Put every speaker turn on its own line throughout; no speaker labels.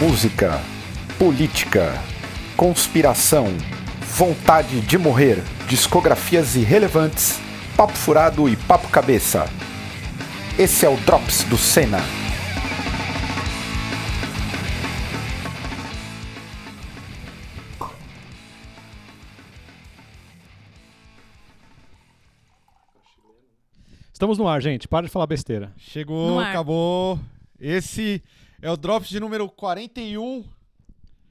música, política, conspiração, vontade de morrer, discografias irrelevantes, papo furado e papo cabeça. Esse é o Drops do Senna.
Estamos no ar, gente. Para de falar besteira.
Chegou,
No ar.
acabou. Esse é o Drops de número 41.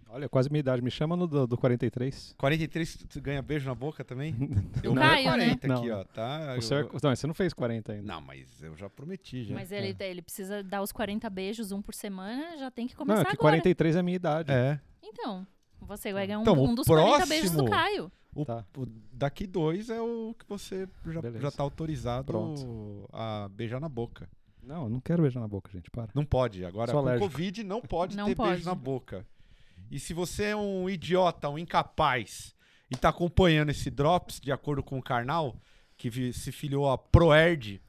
Olha, quase minha idade. Me chama no do, do 43.
43, tu- tu ganha beijo na boca também? Eu
Não.
ganhei
Caio, né?
40 aqui,
Não.
ó, tá?
O senhor,
Eu-
não, você Ah, não fez 40 ainda.
Não, mas eu já prometi, já.
Mas ele, tá, ele precisa dar os 40 beijos, um por semana, já tem que
não,
começar
é que
agora.
43 é a minha idade.
É.
Então, você vai ganhar um,
Então, o
um dos 40 beijos do
próximo-
Caio.
O,
Tá.
o daqui dois é o que você já,
Beleza.
já tá autorizado
Pronto.
a beijar na boca.
Não, eu não quero beijar na boca, gente. Para.
Não pode. Agora,
Sou
com
alérgico.
Covid, não pode
Não
ter
pode.
beijo na boca. E se você é um idiota, um incapaz, e tá acompanhando esse Drops, de acordo com o Karnal, que vi- se filiou a Proerd,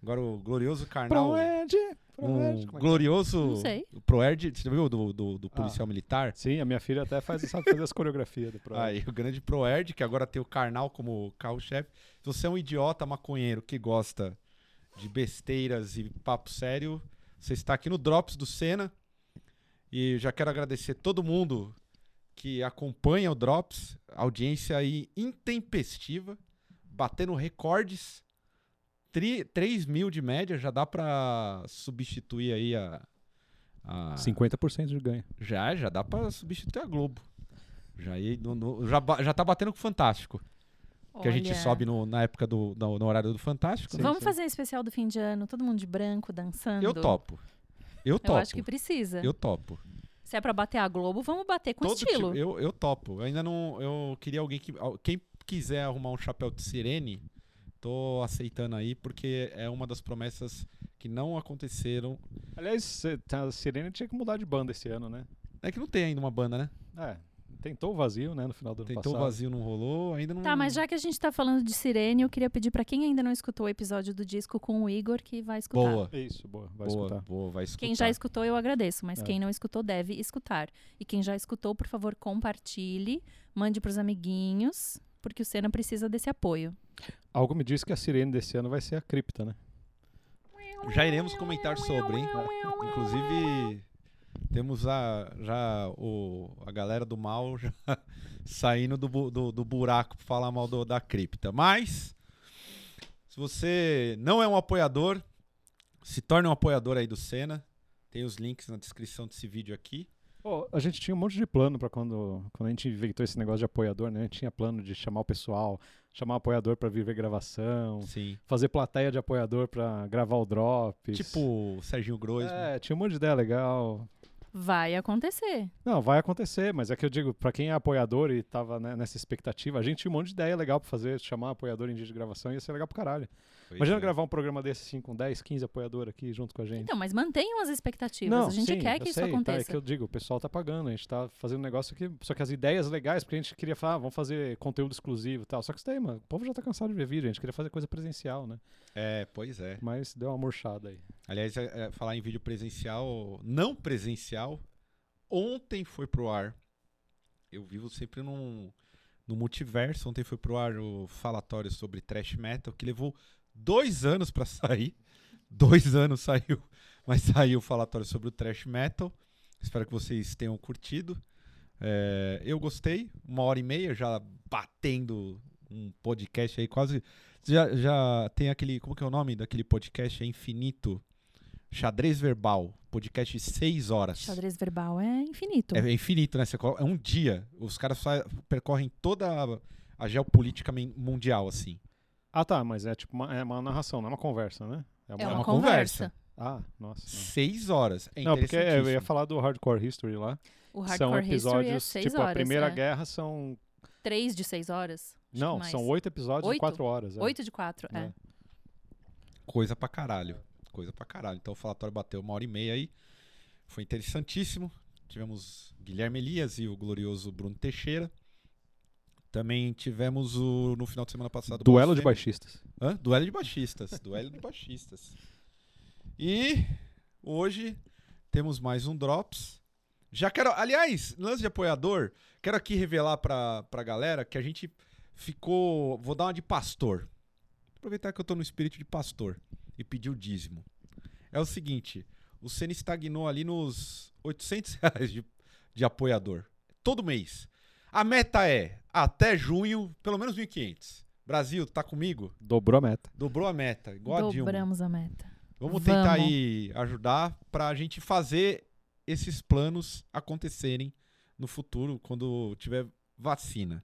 agora o glorioso
Ah,
Karnal...
Proed!
Um
Proed! como é que é?
glorioso
Não sei.
Proerd, você já viu do, do, do
Ah.
policial militar?
é? Sim, a minha filha até faz, sabe fazer as coreografias do Proed.
Aí, o grande Proerd, que agora tem o Karnal como carro-chefe. Se você é um idiota maconheiro que gosta de besteiras e papo sério, você está aqui no Drops do Senna. E eu já quero agradecer todo mundo que acompanha o Drops, audiência aí intempestiva, batendo recordes. 3 mil de média, já dá pra substituir aí a.
Ah.
a
50% de ganho.
já, já dá pra substituir a Globo. Já, ia no- no- já, ba- já tá batendo com o Fantástico. Que a gente
Olha,
sobe no- na época do no, no horário do Fantástico. né?
Vamos fazer um especial do fim de ano, todo mundo de branco, dançando.
Eu topo. Eu
Eu
topo.
acho que precisa.
Eu topo.
Se é pra bater a Globo, vamos bater com
Todo
estilo.
tipo- eu, eu topo. Eu ainda não. Eu queria alguém que. al- Quem quiser arrumar um chapéu de sirene, tô aceitando aí, porque é uma das promessas que não aconteceram.
Aliás, cê- tá- a Sirene tinha que mudar de banda esse ano, né?
É que não tem ainda uma banda, né?
É. Tentou o vazio, né? No final do ano
Tentou o
passado.
vazio, não rolou, ainda não.
Tá, mas já que a gente tá falando de Sirene, eu queria pedir pra quem ainda não escutou o episódio do disco com o Igor que vai escutar.
Boa.
Isso, boa. Vai
boa,
escutar.
boa, vai escutar.
Quem já escutou, eu agradeço, mas
É.
quem não escutou deve escutar. E quem já escutou, por favor, compartilhe, mande pros amiguinhos, porque o Senna precisa desse apoio.
Algo me diz que a Sirene desse ano vai ser a cripta, né?
Já iremos comentar sobre, hein? Inclusive, temos a, já o, a galera do mal já saindo do, bu- do, do buraco para falar mal do- da cripta. Mas, se você não é um apoiador, se torne um apoiador aí do Senna. Tem os links na descrição desse vídeo aqui.
Pô, a gente tinha um monte de plano pra quando, quando a gente inventou esse negócio de apoiador, né? A gente tinha plano de chamar o pessoal, chamar o apoiador pra vir ver gravação,
Sim.
fazer plateia de apoiador pra gravar o drop.
Tipo né? o Serginho Groisman.
É, tinha um monte de ideia legal.
Vai acontecer.
Não, vai acontecer, mas é que eu digo, pra quem é apoiador e tava né, nessa expectativa, a gente tinha um monte de ideia legal pra fazer, chamar apoiador em dia de gravação, ia ser legal pro caralho.
Pois
Imagina
é.
gravar um programa desse assim com 10, 15 apoiador aqui junto com a gente.
Então, mas mantenham as expectativas. a gente
sim,
quer
eu
que isso
sei, tá,
aconteça.
é que eu digo, o pessoal tá pagando, a gente tá fazendo um negócio que. Só que as ideias legais, porque a gente queria falar, ah, vamos fazer conteúdo exclusivo e tal. Só que isso daí, mano, o povo já tá cansado de ver vídeo, a gente queria fazer coisa presencial, né?
É, pois é.
Mas deu uma murchada aí.
Aliás, é- é, falar em vídeo presencial, não presencial, ontem foi pro ar. Eu vivo sempre num, no multiverso. Ontem foi pro ar o falatório sobre trash metal, que levou dois anos pra sair. Dois anos saiu, mas saiu o falatório sobre o trash metal. Espero que vocês tenham curtido. É, eu gostei, uma hora e meia já batendo um podcast aí quase. Já, já tem aquele, como que é o nome daquele podcast? É infinito. Xadrez Verbal, podcast de seis horas.
Xadrez verbal é infinito.
É infinito, né? Você colo- é um dia. Os caras fa- percorrem toda a, a geopolítica men- mundial, assim.
Ah, tá, mas é tipo uma, é uma narração, não é uma conversa, né?
É
uma
uma
conversa.
conversa.
Ah, nossa.
Seis horas. É
não. Não, porque é, eu ia
interessantíssimo.
falar do Hardcore History lá.
O
que
Hardcore
são
History é
episódios,
6
tipo,
horas.
a Primeira
é.
Guerra são.
Três de 6 horas? Acho
Não,
que mais.
são oito episódios de
Oito?
quatro horas. é.
Oito de 4, é.
É.
Coisa pra caralho. Coisa pra caralho. Então o falatório bateu uma hora e meia aí. Foi interessantíssimo. Tivemos Guilherme Elias e o glorioso Bruno Teixeira. Também tivemos o, no final de semana passado. o
Duelo de
Bafo-
baixistas.
Hã? Duelo de baixistas. Duelo de baixistas. E hoje temos mais um Drops. Já quero. Aliás, lance de apoiador, quero aqui revelar pra, pra galera que a gente ficou. Vou dar uma de pastor. Aproveitar que eu tô no espírito de pastor e pedir o dízimo. É o seguinte: o Senna estagnou ali nos 800 reais de, de apoiador. Todo mês. A meta é, até junho, pelo menos 1.500. Brasil, tá comigo?
Dobrou a meta.
Dobrou a meta, igual a Dilma.
Dobramos a meta.
Vamos tentar
Vamos.
aí ajudar pra gente fazer esses planos acontecerem no futuro, quando tiver vacina.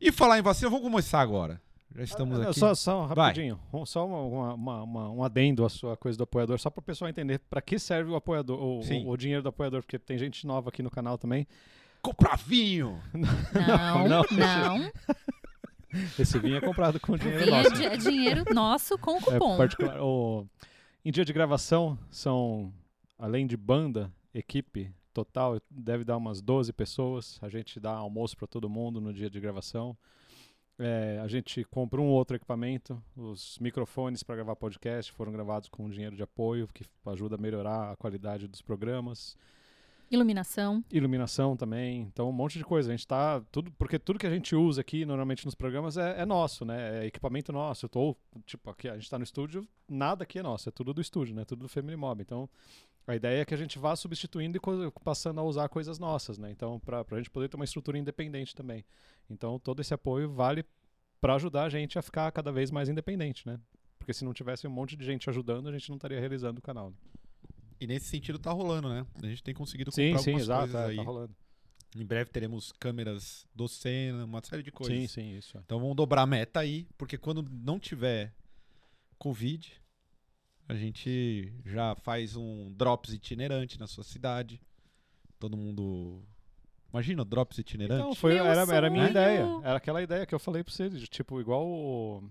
E falar em vacina, vamos começar agora. Já estamos
Ah,
aqui.
Só, só
Vai.
rapidinho, um- só uma- uma- uma- uma- um adendo à sua coisa do apoiador, só para o pessoal entender para que serve o apoiador, o,
Sim.
o- o dinheiro do apoiador, porque tem gente nova aqui no canal também.
Comprar vinho!
Não,
Não,
não.
Esse vinho é comprado com dinheiro
Vinha
nosso.
di- é dinheiro nosso com
É
cupom.
particular. O- em dia de gravação, são, além de banda, equipe total, deve dar umas 12 pessoas. A gente dá almoço para todo mundo no dia de gravação. É, a gente compra um outro equipamento. Os microfones para gravar podcast foram gravados com dinheiro de apoio, que ajuda a melhorar a qualidade dos programas.
Iluminação.
Iluminação também, então um monte de coisa. A gente tá. Tudo, porque tudo que a gente usa aqui normalmente nos programas é, é nosso, né? É equipamento nosso. Ou, tipo, aqui a gente tá no estúdio, nada aqui é nosso, é tudo do estúdio, né? Tudo do Family Mob. Então, a ideia é que a gente vá substituindo e co- passando a usar coisas nossas, né? Então, pra, pra gente poder ter uma estrutura independente também. Então, todo esse apoio vale pra ajudar a gente a ficar cada vez mais independente, né? Porque se não tivesse um monte de gente ajudando, a gente não estaria realizando o canal. né?
E nesse sentido tá rolando, né? A gente tem conseguido comprar
Sim, sim,
algumas
exato.
coisas
é,
aí.
Tá rolando.
em breve teremos câmeras do Senna, uma série de coisas.
Sim, sim, isso. é.
Então vamos dobrar a meta aí, porque quando não tiver Covid, a gente já faz um drops itinerante na sua cidade. Todo mundo. Imagina, drops itinerante.
Então, foi,
Meu
era, era a minha
sonho.
ideia. Era aquela ideia que eu falei pra você, de, tipo, igual o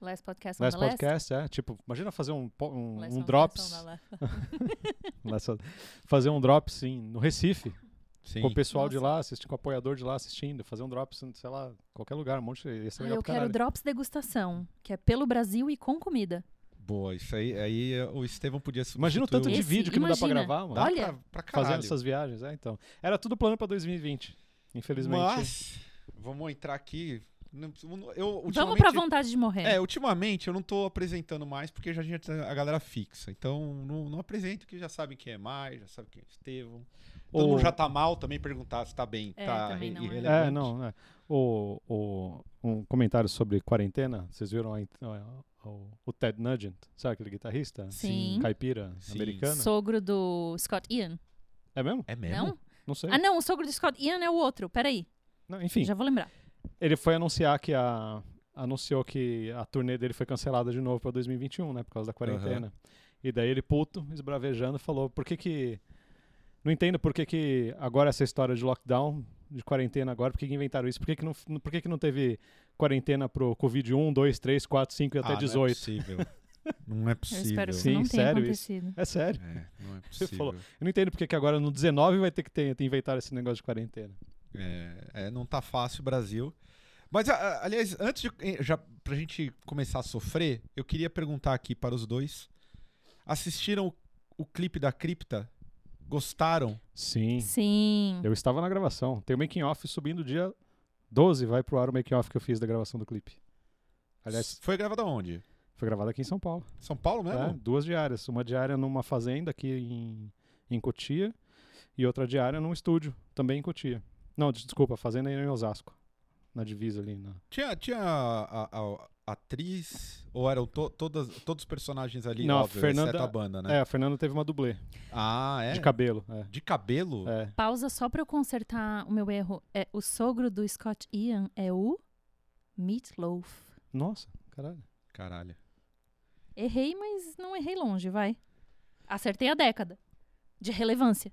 Last podcast on
Last
the last.
Podcast, é. Tipo, imagina fazer um, po- um,
Last
um
podcast
drops,
on the last.
Last- fazer um drops sim, no Recife,
Sim.
com o pessoal de
Nossa.
lá assistindo, com o apoiador de lá assistindo, fazer um drops, em, sei lá, qualquer lugar, um monte de... Ia ser
Ah,
legal
eu
pra
quero
caralho.
drops degustação, que é pelo Brasil e com comida.
Boa, isso aí. Aí eh, o Estevão podia substituir.
Imagina o tanto de
Esse-
vídeo que não dá pra
imagina.
gravar, mano.
Dá
Olha.
pra, pra caralho.
Fazendo essas viagens, é, então. Era tudo plano pra 2020, infelizmente.
Mas, vamos entrar aqui. Não- Eu,
Vamos
ultimamente-
pra vontade de morrer.
É, ultimamente eu não tô apresentando mais porque já a gente- a galera fixa. Então não, não apresento que já sabem quem é mais, já sabe quem é Estevão. Todo
Ou-
mundo já tá mal também perguntar se tá bem,
É,
tá
também não é.
irrelevante.
É, não, é. O, o- um comentário sobre quarentena, vocês viram a in- a- o, o Ted Nugent, sabe aquele guitarrista?
Sim.
Caipira
Sim.
americana?
Sogro do Scott Ian.
É mesmo?
É mesmo?
Não?
Não sei.
Ah, não, o sogro do Scott Ian é o outro. Peraí,
Não, enfim,
já vou lembrar.
ele foi anunciar que a anunciou que a turnê dele foi cancelada de novo para 2021, né, por causa da quarentena. E daí ele puto, esbravejando, falou: "Por que que não entendo por que que agora essa história de lockdown, de quarentena agora, por que, que inventaram isso? Por que que não por que que não teve quarentena pro COVID 1, 2, 3, 4, 5 e até
Ah,
18?"
Não é possível. não é
Eu
possível.
espero que
Sim,
isso não tenha
sério isso.
acontecido.
É sério.
É, não é
Você
possível.
falou. Eu não entendo porque que agora no 19 vai ter que ter, inventar esse negócio de quarentena.
É, é, não tá fácil o Brasil. Mas, a- a- aliás, antes de. eh, Já, pra gente começar a sofrer, eu queria perguntar aqui para os dois: assistiram o, o clipe da cripta? Gostaram?
Sim.
Sim.
Eu estava na gravação. Tem o making off subindo dia 12, vai pro ar o making off que eu fiz da gravação do clipe. Aliás,
Foi gravado aonde?
foi gravado aqui em São Paulo.
São Paulo mesmo?
né? Duas diárias. Uma diária numa fazenda aqui em, em Cotia e outra diária num estúdio, também em Cotia. Não, des- desculpa, a fazenda era em Osasco. Na divisa ali. Na...
Tinha, tinha a, a- a atriz, ou eram to- todas, todos os personagens ali,
Não, a
óbvio,
Fernanda-
exceto a banda, né?
É, a Fernanda teve uma dublê
Ah, é?
de cabelo. É.
De cabelo?
É.
Pausa só pra eu consertar o meu erro. É, o sogro do Scott Ian é o Meatloaf.
Nossa, caralho.
Caralho.
Errei, mas não errei longe, vai. Acertei a década. De relevância.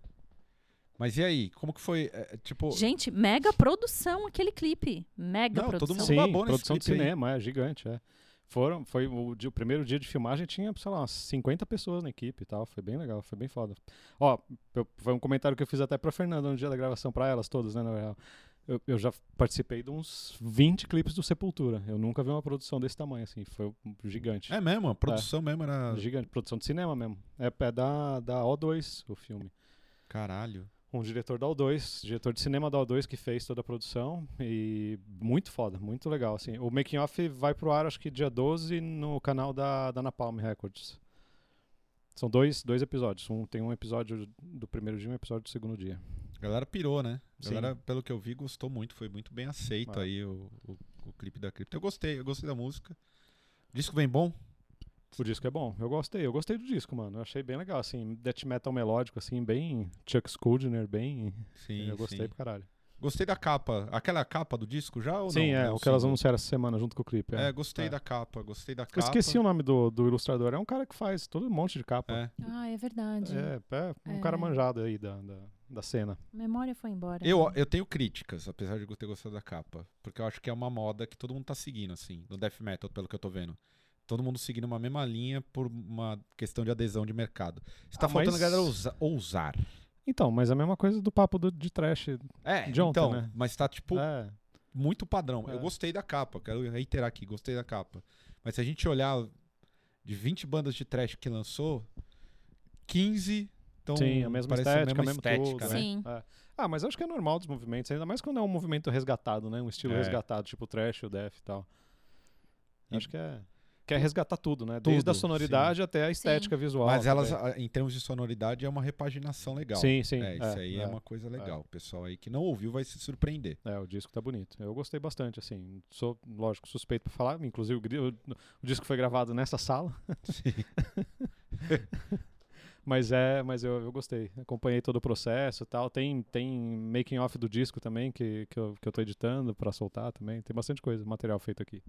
Mas e aí, como que foi? é, tipo,
Gente, mega produção aquele clipe. Mega
Não, todo
produção.
mundo-
Sim,
babou É um nesse
produção de
clipe aí.
cinema, é gigante, é. Foram, foi o, dia- o primeiro dia de filmagem tinha, sei lá, umas 50 pessoas na equipe e tal, foi bem legal, foi bem foda. Ó, eu- foi um comentário que eu fiz até pra Fernanda no dia da gravação, pra elas todas, né, na real. Eu, eu já participei de uns 20 clipes do Sepultura, eu nunca vi uma produção desse tamanho, assim, foi um- gigante.
é mesmo, a produção mesmo era.
Gigante, produção de cinema mesmo. É, é da, da O2 o filme.
Caralho.
um diretor da O2, diretor de cinema da O2 que fez toda a produção e muito foda, muito legal, assim. O Making Off vai pro ar, acho que dia 12 no canal da, da Napalm Records. São dois, dois episódios. Um, tem um episódio do primeiro dia e um episódio do segundo dia.
A galera pirou, né? A
Sim.
galera, pelo que eu vi, gostou muito. Foi muito bem aceito
Ah.
aí o, o, o clipe da cripta. Eu gostei, eu gostei da música. Disco bem bom.
O disco é bom, eu gostei, eu gostei do disco, mano. Eu achei bem legal, assim, death metal melódico, assim, bem Chuck Schuldiner, bem.
Sim,
eu gostei
sim.
pra caralho.
Gostei da capa. Aquela capa do disco já ou
Sim,
não?
é,
o
o que elas
single.
anunciaram essa semana junto com o clipe.
É, gostei
É.
da capa, gostei da
Eu
capa.
esqueci um o nome do, do ilustrador, é um cara que faz todo um monte de capa.
É.
Ah, é verdade.
É, é um
É.
cara manjado aí da, da, da cena.
Memória foi embora.
Eu,
Uhum.
né?
eu tenho críticas, apesar de eu ter gostado da capa. Porque eu acho que é uma moda que todo mundo tá seguindo, assim, no death metal, pelo que eu tô vendo. Todo mundo seguindo uma mesma linha por uma questão de adesão de mercado. Está
Ah,
faltando
mas-
a galera ousa- ousar.
Então, mas é a mesma coisa do papo do, de trash.
É,
De ontem,
então,
né?
mas tá tipo
É,
muito padrão. Eu
É.
gostei da capa, quero reiterar aqui, gostei da capa. Mas se a gente olhar de 20 bandas de trash que lançou, 15 estão
sim, a mesma estética, a mesma tudo,
né?
Sim.
É. Ah, mas acho que é normal dos movimentos, ainda mais quando é um movimento resgatado, né? Um estilo
É.
resgatado, tipo trash, o death e tal.
E-
Acho que é. Quer resgatar tudo, né? Desde a
Tudo,
sonoridade até a estética visual.
Mas elas,
também.
a- em termos de sonoridade, é uma repaginação legal.
Sim, sim.
É, isso aí é, uma coisa legal. O pessoal aí que não ouviu vai se surpreender.
É, o disco tá bonito. Eu gostei bastante, assim. Sou, lógico, suspeito pra falar. Inclusive, o, gri- o- o disco foi gravado nessa sala. mas é, mas eu, eu gostei. Acompanhei todo o processo e tal. Tem, tem making off do disco também, que, que, eu, que eu tô editando pra soltar também. Tem bastante coisa, material feito aqui.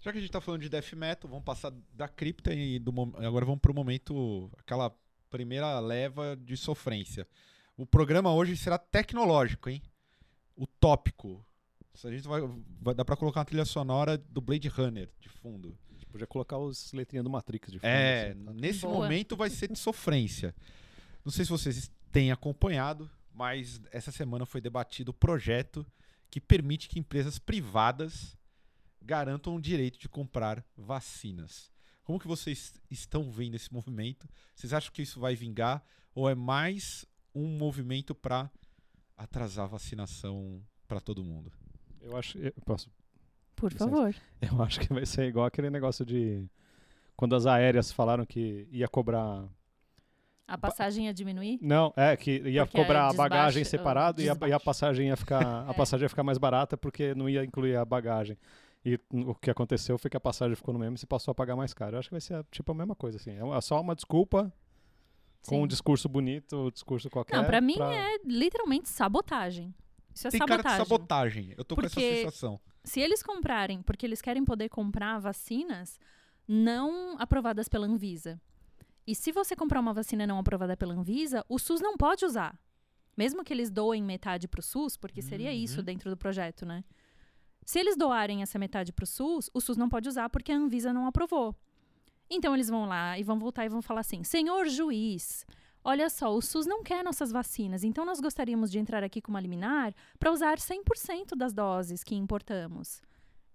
Já que a gente tá falando de death metal, vamos passar da cripta e do mom- agora vamos pro momento, aquela primeira leva de sofrência. O programa hoje será tecnológico, hein? O tópico. Isso A gente vai, vai dar pra colocar uma trilha sonora do Blade Runner de fundo.
Podia colocar os letrinhas do Matrix de fundo.
É,
assim, tá?
nesse
Boa.
momento vai ser de sofrência. Não sei se vocês têm acompanhado, mas essa semana foi debatido o projeto que permite que empresas privadas garantam o direito de comprar vacinas. Como que vocês estão vendo esse movimento? Vocês acham que isso vai vingar ou é mais um movimento para atrasar a vacinação para todo mundo?
Eu acho. Eu posso
Por
Licença.
favor.
Eu acho que vai ser igual aquele negócio de. Quando as aéreas falaram que ia cobrar.
A passagem ia diminuir?
Não, é, que ia
Porque
cobrar a
desbaixa-
bagagem
o
separado e a, e a
desbaixo.
passagem ia ficar. A
É.
passagem ia ficar mais barata porque não ia incluir a bagagem. E hum, o que aconteceu foi que a passagem ficou no mesmo e se passou a pagar mais caro. Eu acho que vai ser a- tipo a mesma coisa, assim. É uma- só uma desculpa com um
Sim.
discurso bonito, um discurso qualquer.
Não, pra mim é literalmente sabotagem. Isso é
Tem
sabotagem.
cara de sabotagem. Eu tô com essa
Porque-
sensação.
Se eles comprarem, porque eles querem poder comprar vacinas não aprovadas pela Anvisa. E se você comprar uma vacina não aprovada pela Anvisa, o SUS não pode usar. Mesmo que eles doem metade para o SUS, porque seria isso dentro do projeto, né? Se eles doarem essa metade para o SUS, o SUS não pode usar porque a Anvisa não aprovou. Então eles vão lá e vão voltar e vão falar assim: senhor juiz, olha só, o SUS não quer nossas vacinas, então nós gostaríamos de entrar aqui com uma liminar para usar 100% das doses que importamos.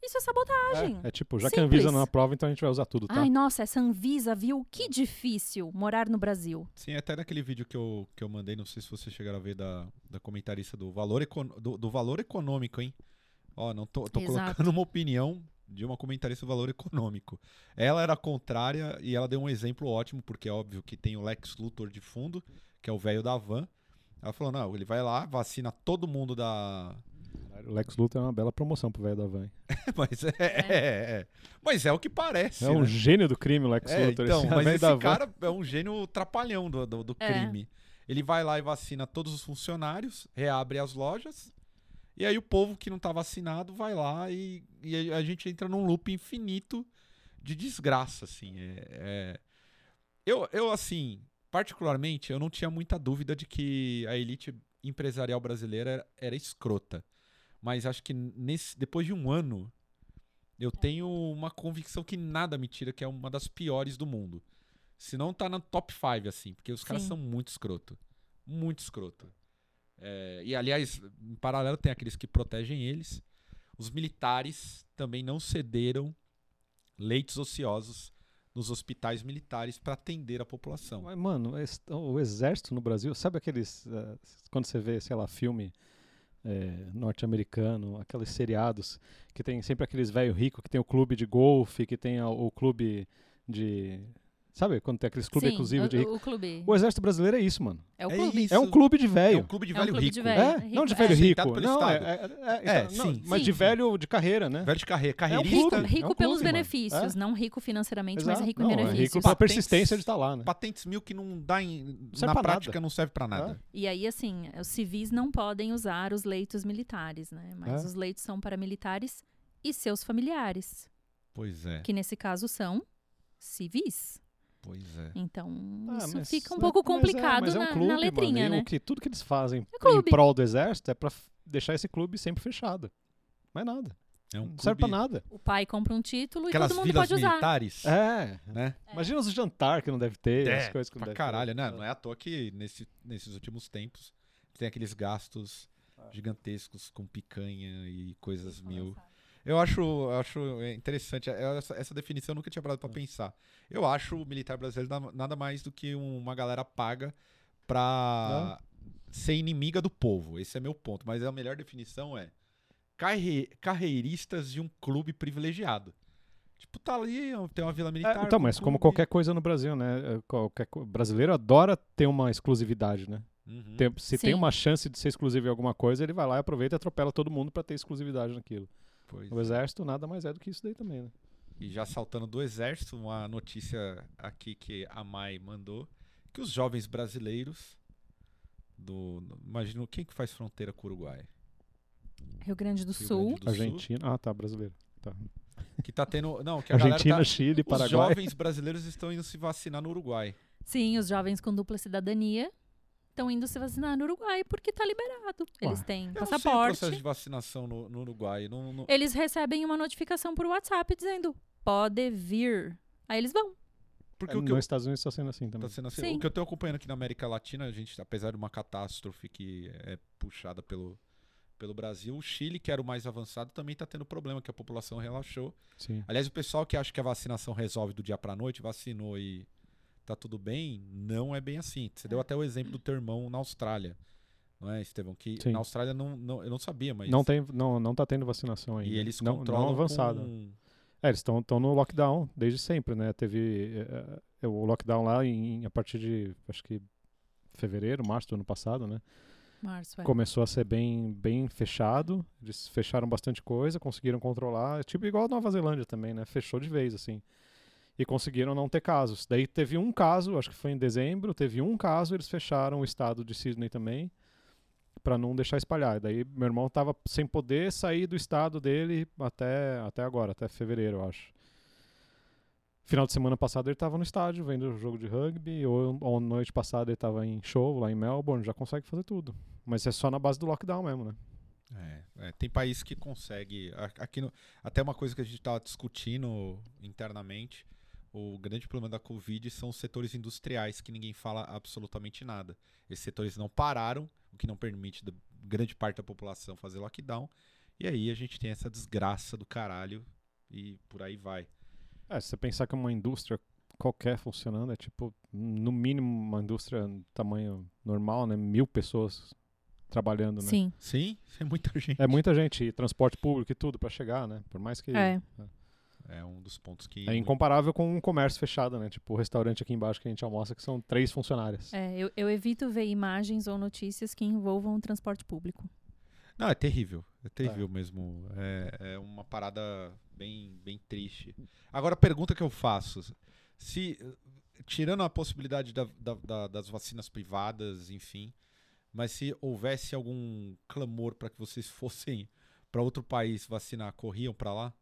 Isso é sabotagem.
É, é tipo, já que a Anvisa
Simples.
não aprova, então a gente vai usar tudo, tá?
Ai, nossa, essa Anvisa viu que difícil morar no Brasil.
Sim, até naquele vídeo que eu, que eu mandei, não sei se vocês chegaram a ver da, da comentarista do valor, econo- do, do valor econômico, hein? Ó, não tô, tô
Exato.
colocando uma opinião de uma comentarista do valor econômico. Ela era contrária e ela deu um exemplo ótimo, porque é óbvio que tem o Lex Luthor de fundo, que é o velho da van. Ela falou: não, ele vai lá, vacina todo mundo da.
O Lex Luthor é uma bela promoção pro velho da van. hein?
Mas é, é, é. Mas é o que parece.
É um
né?
gênio do crime, o Lex
É,
Luthor.
então, mas
velho
esse
da van.
cara é um gênio trapalhão do, do, do
É.
crime. Ele vai lá e vacina todos os funcionários, reabre as lojas, e aí o povo que não tá vacinado vai lá e, e a gente entra num loop infinito de desgraça, assim. É, é- Eu, eu, assim, particularmente, eu não tinha muita dúvida de que a elite empresarial brasileira era, era escrota. Mas acho que nesse, depois de um ano, eu tenho uma convicção que nada me tira, que é uma das piores do mundo. Se não tá na top 5, assim, porque os caras
Sim.
são muito escroto. Muito escroto. É, e, aliás, em paralelo tem aqueles que protegem eles. Os militares também não cederam leitos ociosos nos hospitais militares para atender a população.
Mas, mano, es- o exército no Brasil, sabe aqueles. eh, quando você vê, sei lá, filme eh, norte-americano, aqueles seriados que tem sempre aqueles velho rico que tem o clube de golfe, que tem a- o clube de. Sabe quando tem aqueles clubes
Sim,
exclusivos de
o-
rico?
O clube.
O exército brasileiro é isso, mano.
É o
É
clube.
isso.
É um clube de
É
velho.
um clube de
É um
velho
clube
rico.
de
É,
velho. rico,
não de
é.
velho
Sustentado
rico.
pelo
Não, é,
Estado.
é- é-
É,
então, não,
sim.
mas
Sim.
de velho de carreira, né?
É. Velho de carreira,
um
carreirista,
Rico,
clube.
rico
É um
pelos
clube, mano.
benefícios, não rico financeiramente, mas
Exato.
rico
Não,
em
é
benefícios.
rico pela
Patentes.
persistência de estar lá, né?
patentes mil que não dá em,
serve
na
pra
prática
nada.
não serve para nada.
E aí, assim, os civis não podem usar os leitos militares, né? Mas
É.
os leitos são para militares e seus familiares,
Pois é,
que nesse caso são civis.
pois é.
Então,
Ah,
isso
mas-
fica um
mas-
pouco
mas é,
complicado
mas é um
na,
clube,
na letrinha,
mano, e
né?
o que, tudo que eles fazem em
clube.
prol do exército é pra f- deixar esse clube sempre fechado. Mas nada.
É um
não serve pra
clube-
nada.
O pai compra um título
Aquelas
e todo mundo
vilas
pode usar.
militares,
É.
né?
Imagina os jantar que não deve ter,
É,
as coisas que não
Pra
deve
caralho, né? Não
ter.
é à toa que nesse- nesses últimos tempos tem aqueles gastos gigantescos com picanha e coisas mil. Eu acho, eu acho é, interessante. é, Essa, essa definição eu nunca tinha
É.
parado pra pensar. Eu acho o militar brasileiro na- nada mais do que um, uma galera paga pra ser inimiga do povo. Esse é meu ponto. Mas a melhor definição é carre- carreiristas de um clube privilegiado. Tipo, tá ali, tem uma vila
É,
militar.
então,
com
mas como
um clube.
qualquer coisa no Brasil, né? É, Qualquer co- brasileiro adora ter uma exclusividade, né?
Uhum.
Tem- se tem
Sim.
uma chance de ser exclusivo em alguma coisa, ele vai lá e aproveita e atropela todo mundo pra ter exclusividade naquilo.
Pois
O exército nada mais é do que isso daí também, né?
E já saltando do exército, uma notícia aqui que a Mai mandou, que os jovens brasileiros do, imagino quem que faz fronteira com o Uruguai,
Rio Grande do
Rio
Sul.
Grande do Sul,
Argentina. Ah, tá, brasileiro. Tá.
que tá tendo, não, que a
Argentina,
galera tá,
Chile,
os
Paraguai.
jovens brasileiros estão indo se vacinar no Uruguai.
Sim, os jovens com dupla cidadania estão indo se vacinar no Uruguai porque tá liberado. Eles
Eu
têm
não sei o
passaporte. É
processo de vacinação no, no Uruguai, não, não-
Eles recebem uma notificação por WhatsApp dizendo: pode vir. Aí eles vão.
porque
É,
o que
Nos
eu,
Estados Unidos está sendo assim
tá
também.
sendo assim,
Sim.
o que eu tô acompanhando aqui na América Latina, a gente, apesar de uma catástrofe que é puxada pelo pelo Brasil, o Chile, que era o mais avançado, também tá tendo problema, que a população relaxou
Sim.
Aliás, o pessoal que acha que a vacinação resolve do dia pra noite, vacinou e tá tudo bem, não é bem assim. Você deu até o exemplo do teu irmão na Austrália, não é, Estevão? Que
Sim.
na Austrália não, não- eu não sabia, mas.
Não, tem, não, não tá tendo vacinação ainda.
E eles
não,
controlam
não avançada.
com-
É, eles estão no lockdown desde sempre, né? Teve eh, eh, o lockdown lá em, a partir de, acho que, fevereiro, março do ano passado, né?
Março, é.
Começou a ser bem, bem fechado. Eles fecharam bastante coisa, conseguiram controlar. É Tipo igual a Nova Zelândia também, né? Fechou de vez, assim. E conseguiram não ter casos. Daí teve um caso, acho que foi em dezembro, teve um caso, eles fecharam o estado de Sydney também, pra não deixar espalhar. Daí meu irmão tava sem poder sair do estado dele até, até agora, até fevereiro, eu acho. Final de semana passado ele tava no estádio vendo o jogo de rugby, ou, ou noite passada ele tava em show lá em Melbourne, já consegue fazer tudo. Mas é só na base do lockdown mesmo, né?
É, é, tem país que consegue. a- Aqui no- até uma coisa que a gente estava discutindo internamente, o grande problema da Covid são os setores industriais que ninguém fala absolutamente nada. Esses setores não pararam, o que não permite da grande parte da população fazer lockdown. E aí a gente tem essa desgraça do caralho e por aí vai.
É, se você pensar que uma indústria qualquer funcionando é tipo, no mínimo, uma indústria tamanho normal, né? Mil pessoas trabalhando, né?
Sim.
Sim, isso é muita gente.
É muita gente, e transporte público e tudo pra chegar, né? Por mais que.
É.
É um dos pontos que.
É incomparável com um comércio fechado, né? Tipo, o restaurante aqui embaixo que a gente almoça, que são três funcionários.
É, eu, eu evito ver imagens ou notícias que envolvam o transporte público.
Não, é terrível. É terrível mesmo. É, é uma parada bem, bem triste. Agora, a pergunta que eu faço: se, eh, tirando a possibilidade da- da- da- das vacinas privadas, enfim, mas se houvesse algum clamor para que vocês fossem para outro país vacinar, corriam para lá?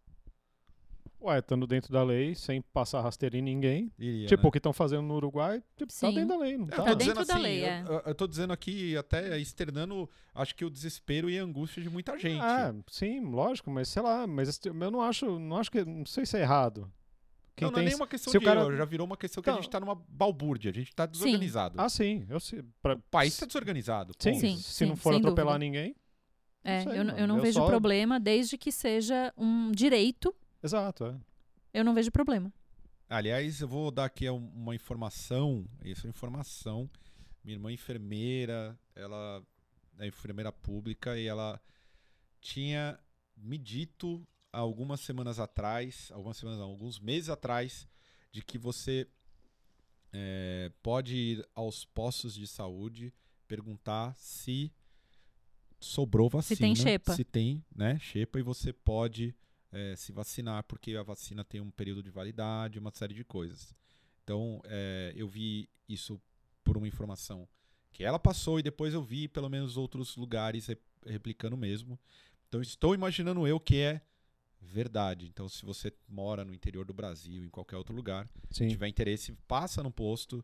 Ué, estando dentro da lei, sem passar rasteira em ninguém.
Iria,
tipo,
né?
o que estão fazendo no Uruguai, tipo, tá
Sim.
dentro da lei, não
Eu
tá?
tô
Tá
dizendo assim,
dentro da lei,
eu-
é.
Eu, eu tô dizendo aqui, até externando, acho que o desespero e a angústia de muita gente.
Ah, sim, lógico, mas sei lá, mas esse- eu não acho, não acho que, não sei se é errado. Quem
não, não é
tem
nenhuma questão
se o
de
cara-
erro, já virou uma questão que a
Então-
gente tá numa balbúrdia, a gente tá desorganizado.
Ah, sim. Eu sei. Pra...
O país tá desorganizado.
Sim,
Sim,
se
sim,
não for
sem
atropelar
dúvida.
ninguém.
É,
sei,
eu, n- eu
mano,
não
eu
vejo
só-
problema, desde que seja um direito,
Exato. É.
eu não vejo problema.
Aliás, eu vou dar aqui um- uma informação. Isso é informação. Minha irmã é enfermeira, ela é enfermeira pública e ela tinha me dito há algumas semanas atrás, algumas semanas não, alguns meses atrás, de que você eh, pode ir aos postos de saúde perguntar se sobrou vacina,
tem xepa.
se tem, né, xepa e você pode eh, se vacinar porque a vacina tem um período de validade, uma série de coisas. Então, eh, eu vi isso por uma informação que ela passou e depois eu vi pelo menos outros lugares re- replicando o mesmo. Então estou imaginando eu que é verdade. Então se você mora no interior do Brasil, em qualquer outro lugar,
Sim.
tiver interesse, passa no posto,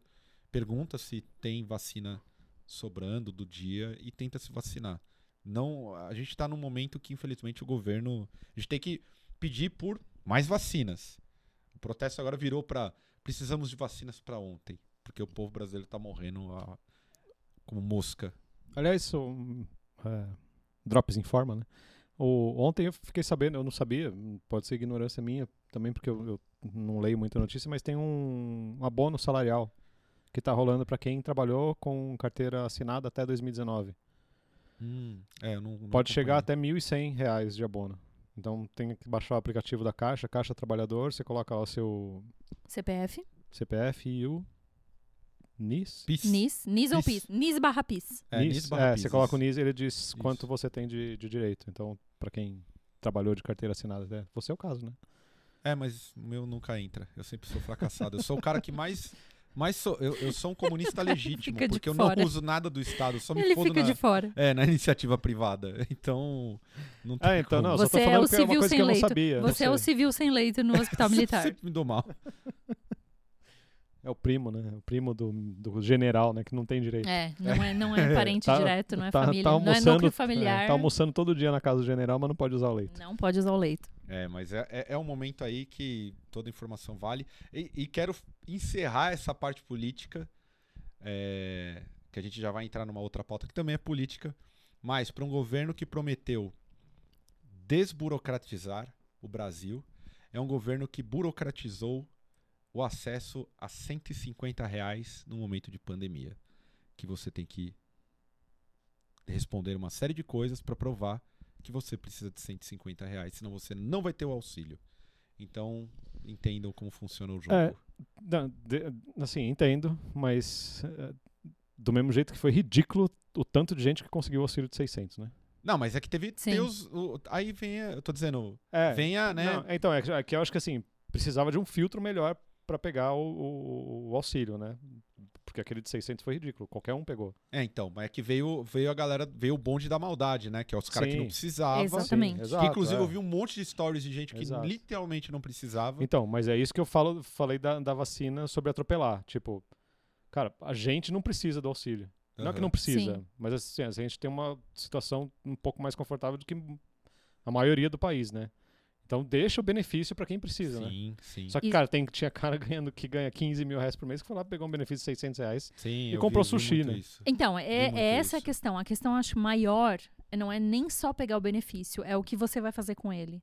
pergunta se tem vacina sobrando do dia e tenta se vacinar. Não, a gente está num momento que infelizmente o governo, a gente tem que pedir por mais vacinas. O protesto agora virou para precisamos de vacinas para ontem, porque o povo brasileiro está morrendo a- como mosca.
Aliás, um, é, Drops informa, né? O, ontem eu fiquei sabendo, eu não sabia, hum, pode ser ignorância minha também, porque eu, eu não leio muita notícia, mas tem um, um abono salarial que tá rolando para quem trabalhou com carteira assinada até 2019.
É, eu não- não
Hum. Pode chegar até
acompanhei.
R$ 1.100 reais de abono. Então tem que baixar o aplicativo da Caixa, Caixa Trabalhador, você coloca lá o seu
CPF,
CPF e o NIS.
PIS.
NIS, NIS ou
Pis.
PIS? NIS barra PIS.
É, NIS barra
é,
PIS,
você coloca o
isso.
NIS e ele diz
Isso.
quanto você tem de, de direito. Então, pra quem trabalhou de carteira assinada, né? você é o caso, né?
É, mas o meu nunca entra. Eu sempre sou fracassado. Eu sou o cara que mais. mais sou, eu, eu sou um comunista legítimo,
Fica de
porque eu
fora.
não uso nada do Estado, eu só me
Ele
fodo
fica
na,
de fora.
é, na iniciativa privada. Então. Não tem
Ah, então
como.
não, eu só
Você
tô
é
falando
o
que é uma
civil
coisa
sem
que eu não
leito.
sabia. não
Você é o
sei.
civil sem leito no hospital
Eu
é um militar.
Sempre me dou mal.
É o primo, né? O primo do, do general, né? Que não tem direito.
É, não é, não é parente
Tá-
direto, não é
Tá- tá
família, não é núcleo familiar.
é, tá almoçando todo dia na casa do general, mas não pode usar o leito.
Não pode usar o leito.
É, mas é, é, é um momento aí que toda informação vale. E, e quero encerrar essa parte política, é, que a gente já vai entrar numa outra pauta que também é política, mas para um governo que prometeu desburocratizar o Brasil, é um governo que burocratizou o acesso a 150 reais no momento de pandemia, que você tem que responder uma série de coisas para provar que você precisa de 150 reais, senão você não vai ter o auxílio. Então, entendam como funciona o jogo.
É. Não, de- assim, entendo, mas eh, do mesmo jeito que foi ridículo o tanto de gente que conseguiu o auxílio de 600, né?
Não, mas é que teve
Sim.
Deus. o- aí vem a, Eu tô dizendo.
É,
vem a, né?
Não, então, é que- é que eu acho que assim, precisava de um filtro melhor pra pegar o, o- o auxílio, né? Porque aquele de 600 foi ridículo, qualquer um pegou.
É, então, mas é que veio, veio a galera, veio o bonde da maldade, né? Que é os caras que não
Sim.
precisavam.
Exato. Exatamente.
Sim,
Que inclusive
é.
eu vi um monte de stories de gente que
Exato.
literalmente não precisava.
Então, mas é isso que eu falo, falei da, da vacina sobre atropelar. Tipo, cara, a gente não precisa do auxílio. Não é que
Aham.
não precisa,
Sim.
mas assim, a gente tem uma situação um pouco mais confortável do que a maioria do país, né? Então deixa o benefício pra quem precisa, né?
Sim, sim.
Só que,
E-
cara, tem, tinha cara ganhando que ganha 15 mil reais por mês que foi lá pegou um benefício de 600 reais
Sim,
E
eu
comprou
vi- vi
sushi,
muito
né?
isso.
Então, é,
muito
é essa a
isso.
questão. A questão, acho, maior não é nem só pegar o benefício, é o que você vai fazer com ele.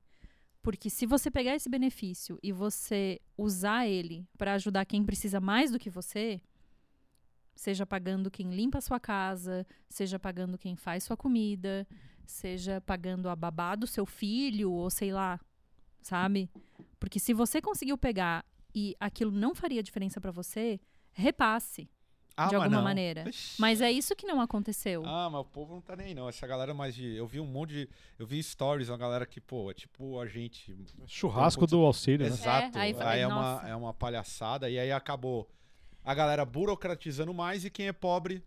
Porque se você pegar esse benefício e você usar ele para ajudar quem precisa mais do que você, seja pagando quem limpa a sua casa, seja pagando quem faz sua comida, seja pagando a babá do seu filho, ou sei lá, sabe? Porque se você conseguiu pegar e aquilo não faria diferença para você, repasse.
Ah,
de
mas
alguma
não.
maneira.
Ixi.
Mas é isso que não aconteceu.
Ah, mas o povo não tá nem aí, não. Essa galera mais de. Eu vi um monte de. Eu vi stories, uma galera que, pô, é tipo a gente,
Churrasco do auxílio, né?
Exato.
É, aí
aí
eu falei,
é, uma,
nossa.
é uma palhaçada. E aí acabou a galera burocratizando mais e quem é pobre.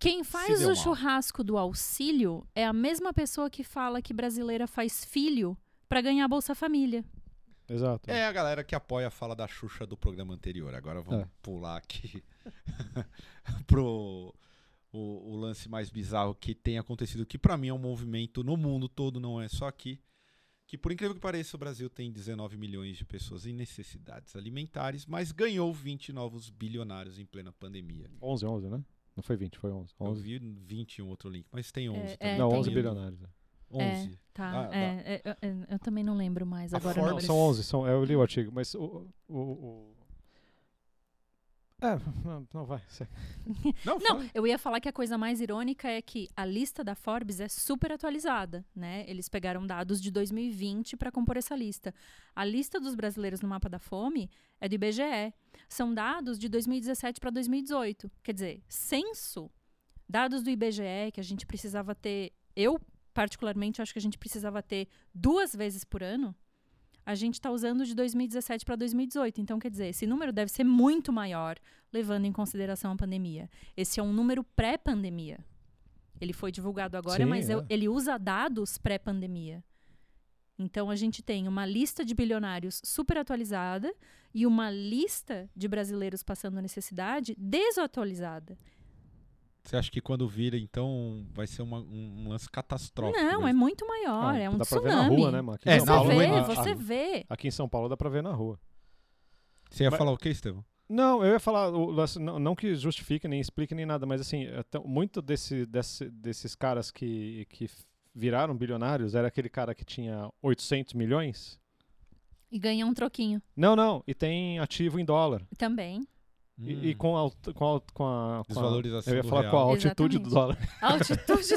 Quem faz
deu
o
mal.
churrasco do auxílio é a mesma pessoa que fala que brasileira faz filho pra ganhar Bolsa Família.
Exato.
É a galera que apoia a fala da Xuxa do programa anterior. Agora vamos
É.
pular aqui pro o, o lance mais bizarro que tem acontecido, que pra mim é um movimento no mundo todo, não é só aqui. Que por incrível que pareça, o Brasil tem 19 milhões de pessoas em necessidades alimentares, mas ganhou 20 novos bilionários em plena pandemia.
11, 11, né? Não foi 20, foi 11.
Eu
11.
vi 21 outro link, mas tem 11
é,
também.
não,
tem
11
um-
bilionários. né?
11.
Tá?
Ah,
é, é, eu, eu- eu também não lembro mais
A
agora.
Forbes-
o
Não,
número.
são 11, são, eu li o artigo, mas o, o, o- É, não, não vai. segue.
Não,
É. Não,
fala.
eu ia falar que a coisa mais irônica é que a lista da Forbes é super atualizada, né? Eles pegaram dados de 2020 para compor essa lista. A lista dos brasileiros no mapa da fome é do IBGE. São dados de 2017 para 2018. Quer dizer, censo, dados do IBGE que a gente precisava ter, eu particularmente acho que a gente precisava ter duas vezes por ano. A gente está usando de 2017 para 2018. Então, quer dizer, esse número deve ser muito maior, levando em consideração a pandemia. Esse é um número pré-pandemia. Ele foi divulgado agora,
Sim,
mas eu-
é.
ele usa dados pré-pandemia. Então a gente tem uma lista de bilionários super atualizada e uma lista de brasileiros passando necessidade desatualizada.
Você acha que quando vira, então, vai ser uma- um, um lance catastrófico?
Não, é
mesmo?
muito maior,
Ah,
é um
dá
tsunami.
pra ver na rua, né, mano? Aqui em
É,
São
Você
na
Paulo,
vê,
a-
você
a-
vê.
Aqui em São Paulo dá pra ver na rua.
Você ia
Mas-
falar o quê, Estevão?
Não, eu ia falar, o lance- não, não que justifique, nem explique, nem nada, mas assim, é tão- muito desse, desse- desses caras que, que viraram bilionários era aquele cara que tinha 800 milhões.
E ganha um troquinho
Não, não, e tem ativo em dólar.
também.
E,
Hum.
e com, a, alt- com, a, com a. com a-
Desvalorização
Eu ia
do
falar
real.
com a altitude
Exatamente.
do dólar.
A altitude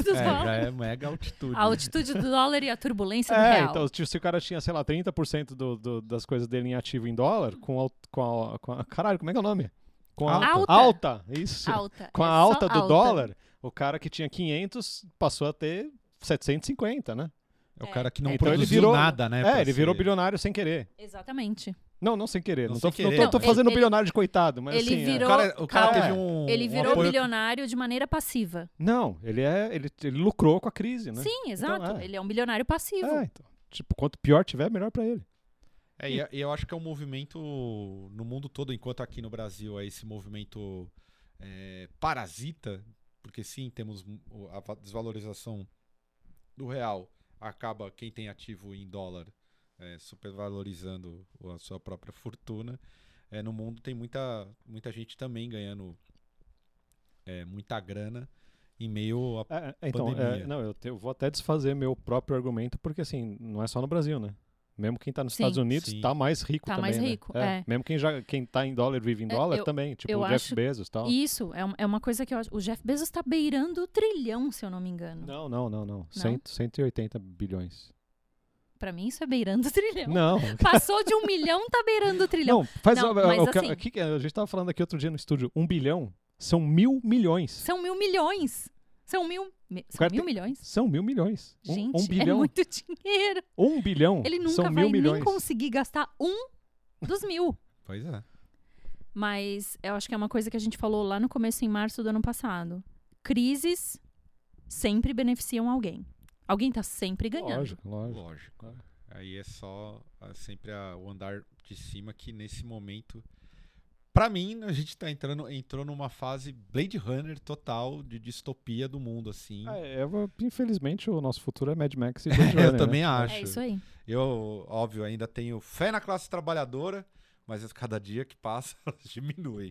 do
É, já
dólar.
é mega altitude.
A altitude do dólar e a turbulência do
É,
real.
então, tipo, se o cara tinha, sei lá, 30% do, do, das coisas dele em ativo em dólar, com, al- com, a, com a- Caralho, como é que é o nome? Com a
Alta.
Alta, isso.
alta.
Com
é
a
só
alta do dólar, o cara que tinha 500 passou a ter 750, né?
É o cara que não
Então ele
produziu
virou-
nada, né? pra
é, ele virou
ser-
bilionário sem querer.
Exatamente.
Não, não sem querer.
Não
Não,
sem
tô, não
querer.
tô-
Não,
tô
ele-
fazendo
ele-
bilionário de coitado, mas
ele
assim... é-
O
virou-
cara, o cara
É.
teve um.
Ele
um
virou
apoio-
bilionário de maneira passiva.
Não, ele é... Ele, ele lucrou com a crise, né?
Sim, exato.
é.
Ele é um bilionário passivo.
É, então. Tipo, quanto pior tiver, melhor pra ele.
É, e, e eu acho que é um movimento no mundo todo, enquanto aqui no Brasil é esse movimento é, parasita, porque sim, temos m- o- a va- desvalorização do real, acaba quem tem ativo em dólar é, supervalorizando o- a sua própria fortuna. É, no mundo tem muita, muita gente também ganhando é, muita grana em meio a.
É, é, então,
Pandemia.
é, não, eu, te- eu vou até desfazer meu próprio argumento, porque assim, não é só no Brasil, né? Mesmo quem tá nos
Sim.
Estados Unidos
Sim.
tá mais rico
Tá
também,
mais
né?
rico, é.
Mesmo quem, já, quem tá em dólar vive em
É,
dólar
eu-
também, tipo
eu
o Jeff
acho-
Bezos e tal.
Isso, é, um- é uma coisa que eu acho. O Jeff Bezos tá beirando o trilhão, se eu não me engano.
Não, não, não, não. Cento, 180 bilhões.
Pra mim, isso é beirando o trilhão.
Não.
Passou de um milhão, tá beirando o trilhão.
Não, faz
Não,
o- o-
mas
o que-
assim-
o que que- a gente tava falando aqui outro dia no estúdio, um bilhão são mil milhões.
São mil milhões. São mil. mi- São
cara
mil
tem-
milhões?
São mil milhões. Um-
Gente,
um, bilhão,
é muito dinheiro.
um bilhão
Ele nunca
são
vai
mil
nem
milhões.
conseguir gastar um dos mil.
Pois é.
Mas eu acho que é uma coisa que a gente falou lá no começo, em março do ano passado. Crises sempre beneficiam alguém. Alguém tá sempre ganhando.
Lógico, lógico.
Lógico.
Claro.
Aí é só ah, sempre a- o andar de cima que nesse momento. Pra mim, a gente tá entrando, entrou numa fase Blade Runner total de distopia do mundo, assim.
Ah, é, eu- infelizmente, o nosso futuro é Mad Max e Blade Runner,
Eu
né?
também acho.
É isso aí.
Eu, óbvio, ainda tenho fé na classe trabalhadora, mas a cada dia que passa, elas diminuem.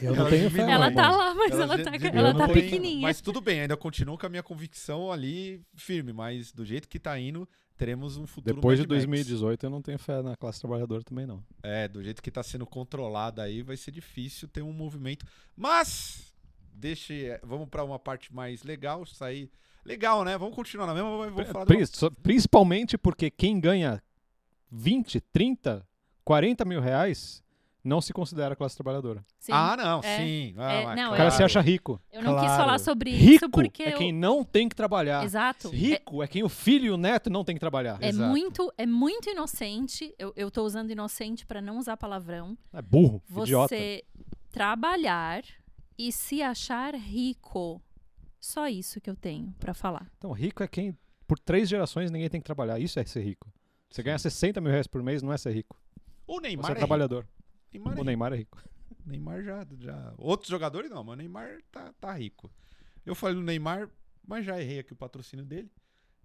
Eu
Ela
não tenho fé,
diminui.
não,
Ela tá
mano.
lá, mas ela,
di-
tá,
diminuem.
ela tá
Eu não-
pequenininha.
Mas tudo bem, ainda continuo com a minha convicção ali firme, mas do jeito que tá indo, teremos um futuro
Depois de
Mad Max.
2018, eu não tenho fé na classe trabalhadora também, não.
É, do jeito que tá sendo controlada aí, vai ser difícil ter um movimento. Mas, deixe. eh, Vamos pra uma parte mais legal, sair. Legal, né? Vamos continuar na mesma, mas vamos falar de uma-
Pri- É, só- Principalmente porque quem ganha 20, 30, 40 mil reais não se considera classe trabalhadora.
Sim.
Ah, não,
É,
sim. Ah,
é,
mas
não,
O
é-
cara
claro.
se acha rico.
eu não quis
claro.
falar sobre isso
Rico
porque
é quem
eu...
não tem que trabalhar.
Exato. É-
Rico é quem o filho e o neto não tem que trabalhar.
É,
Exato.
muito, é muito inocente. Eu, eu tô usando inocente pra não usar palavrão.
É burro, idiota.
Você trabalhar e se achar rico. Só isso que eu tenho pra falar.
Então, rico é quem, por três gerações, ninguém tem que trabalhar. Isso é ser rico. Você ganha 60 mil reais por mês, não é ser rico.
O Neymar.
Você é
é
trabalhador.
rico. Neymar, é
O Neymar é rico.
rico. Neymar já, já. Outros jogadores não, mas o Neymar tá, tá rico. Eu falei do Neymar, mas já errei aqui o patrocínio dele.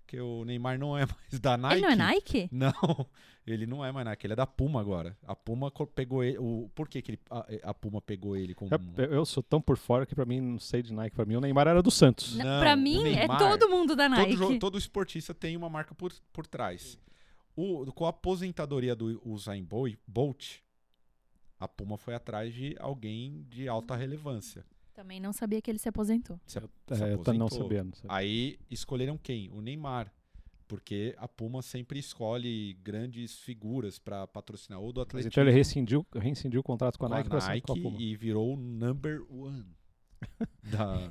Que o Neymar não é mais da Nike.
Ele não é Nike?
Não, ele não é mais Nike, ele é da Puma agora. A Puma co- pegou ele. O, por que, que ele- a, a Puma pegou ele como.
Eu, eu sou tão por fora que pra mim não sei de Nike. Pra mim, o Neymar era do Santos.
Não,
Não,
pra
o
mim
Neymar-
é todo mundo da
Todo,
Nike.
jo- todo esportista tem uma marca por, por trás. O- com a aposentadoria do Usain Boi- Bolt, A Puma foi atrás de alguém de alta relevância.
Também não sabia que ele se aposentou.
Se a- se
É, eu tá- não
aposentou.
sabia, não sabia.
Aí escolheram quem? O Neymar. Porque a Puma sempre escolhe grandes figuras para patrocinar ou do
Mas
Atlético
então ele rescindiu, rescindiu o contrato com a
com
Nike pra sair com a Puma.
e virou o number one. da-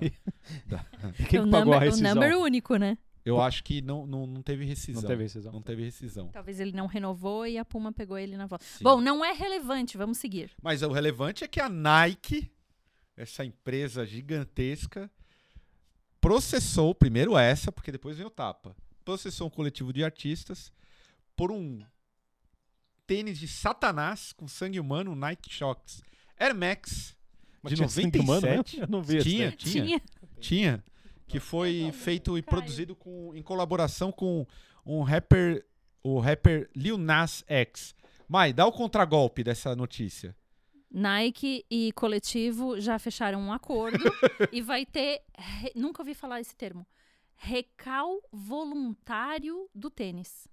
da-
Quem
é o
que pagou a
number, o
rescisão?
number único, né?
Eu acho que não, não, não teve rescisão.
Não teve rescisão.
Não teve rescisão.
Talvez ele não renovou e a Puma pegou ele na volta.
Sim.
Bom, não é relevante, vamos seguir.
Mas o relevante é que a Nike, essa empresa gigantesca, processou primeiro essa, porque depois veio o tapa. Processou um coletivo de artistas por um tênis de satanás com sangue humano Nike Shox Air Max
Mas
de
tinha sangue humano, né?
97.
Eu não vi esse
Tinha,
daí.
tinha, tinha, que foi feito e
Caio.
produzido com, em colaboração com um rapper, o rapper Lil Nas X. Mai, dá o contragolpe dessa notícia.
Nike e coletivo já fecharam um acordo e vai ter. re- Nunca ouvi falar esse termo. Recal voluntário do tênis.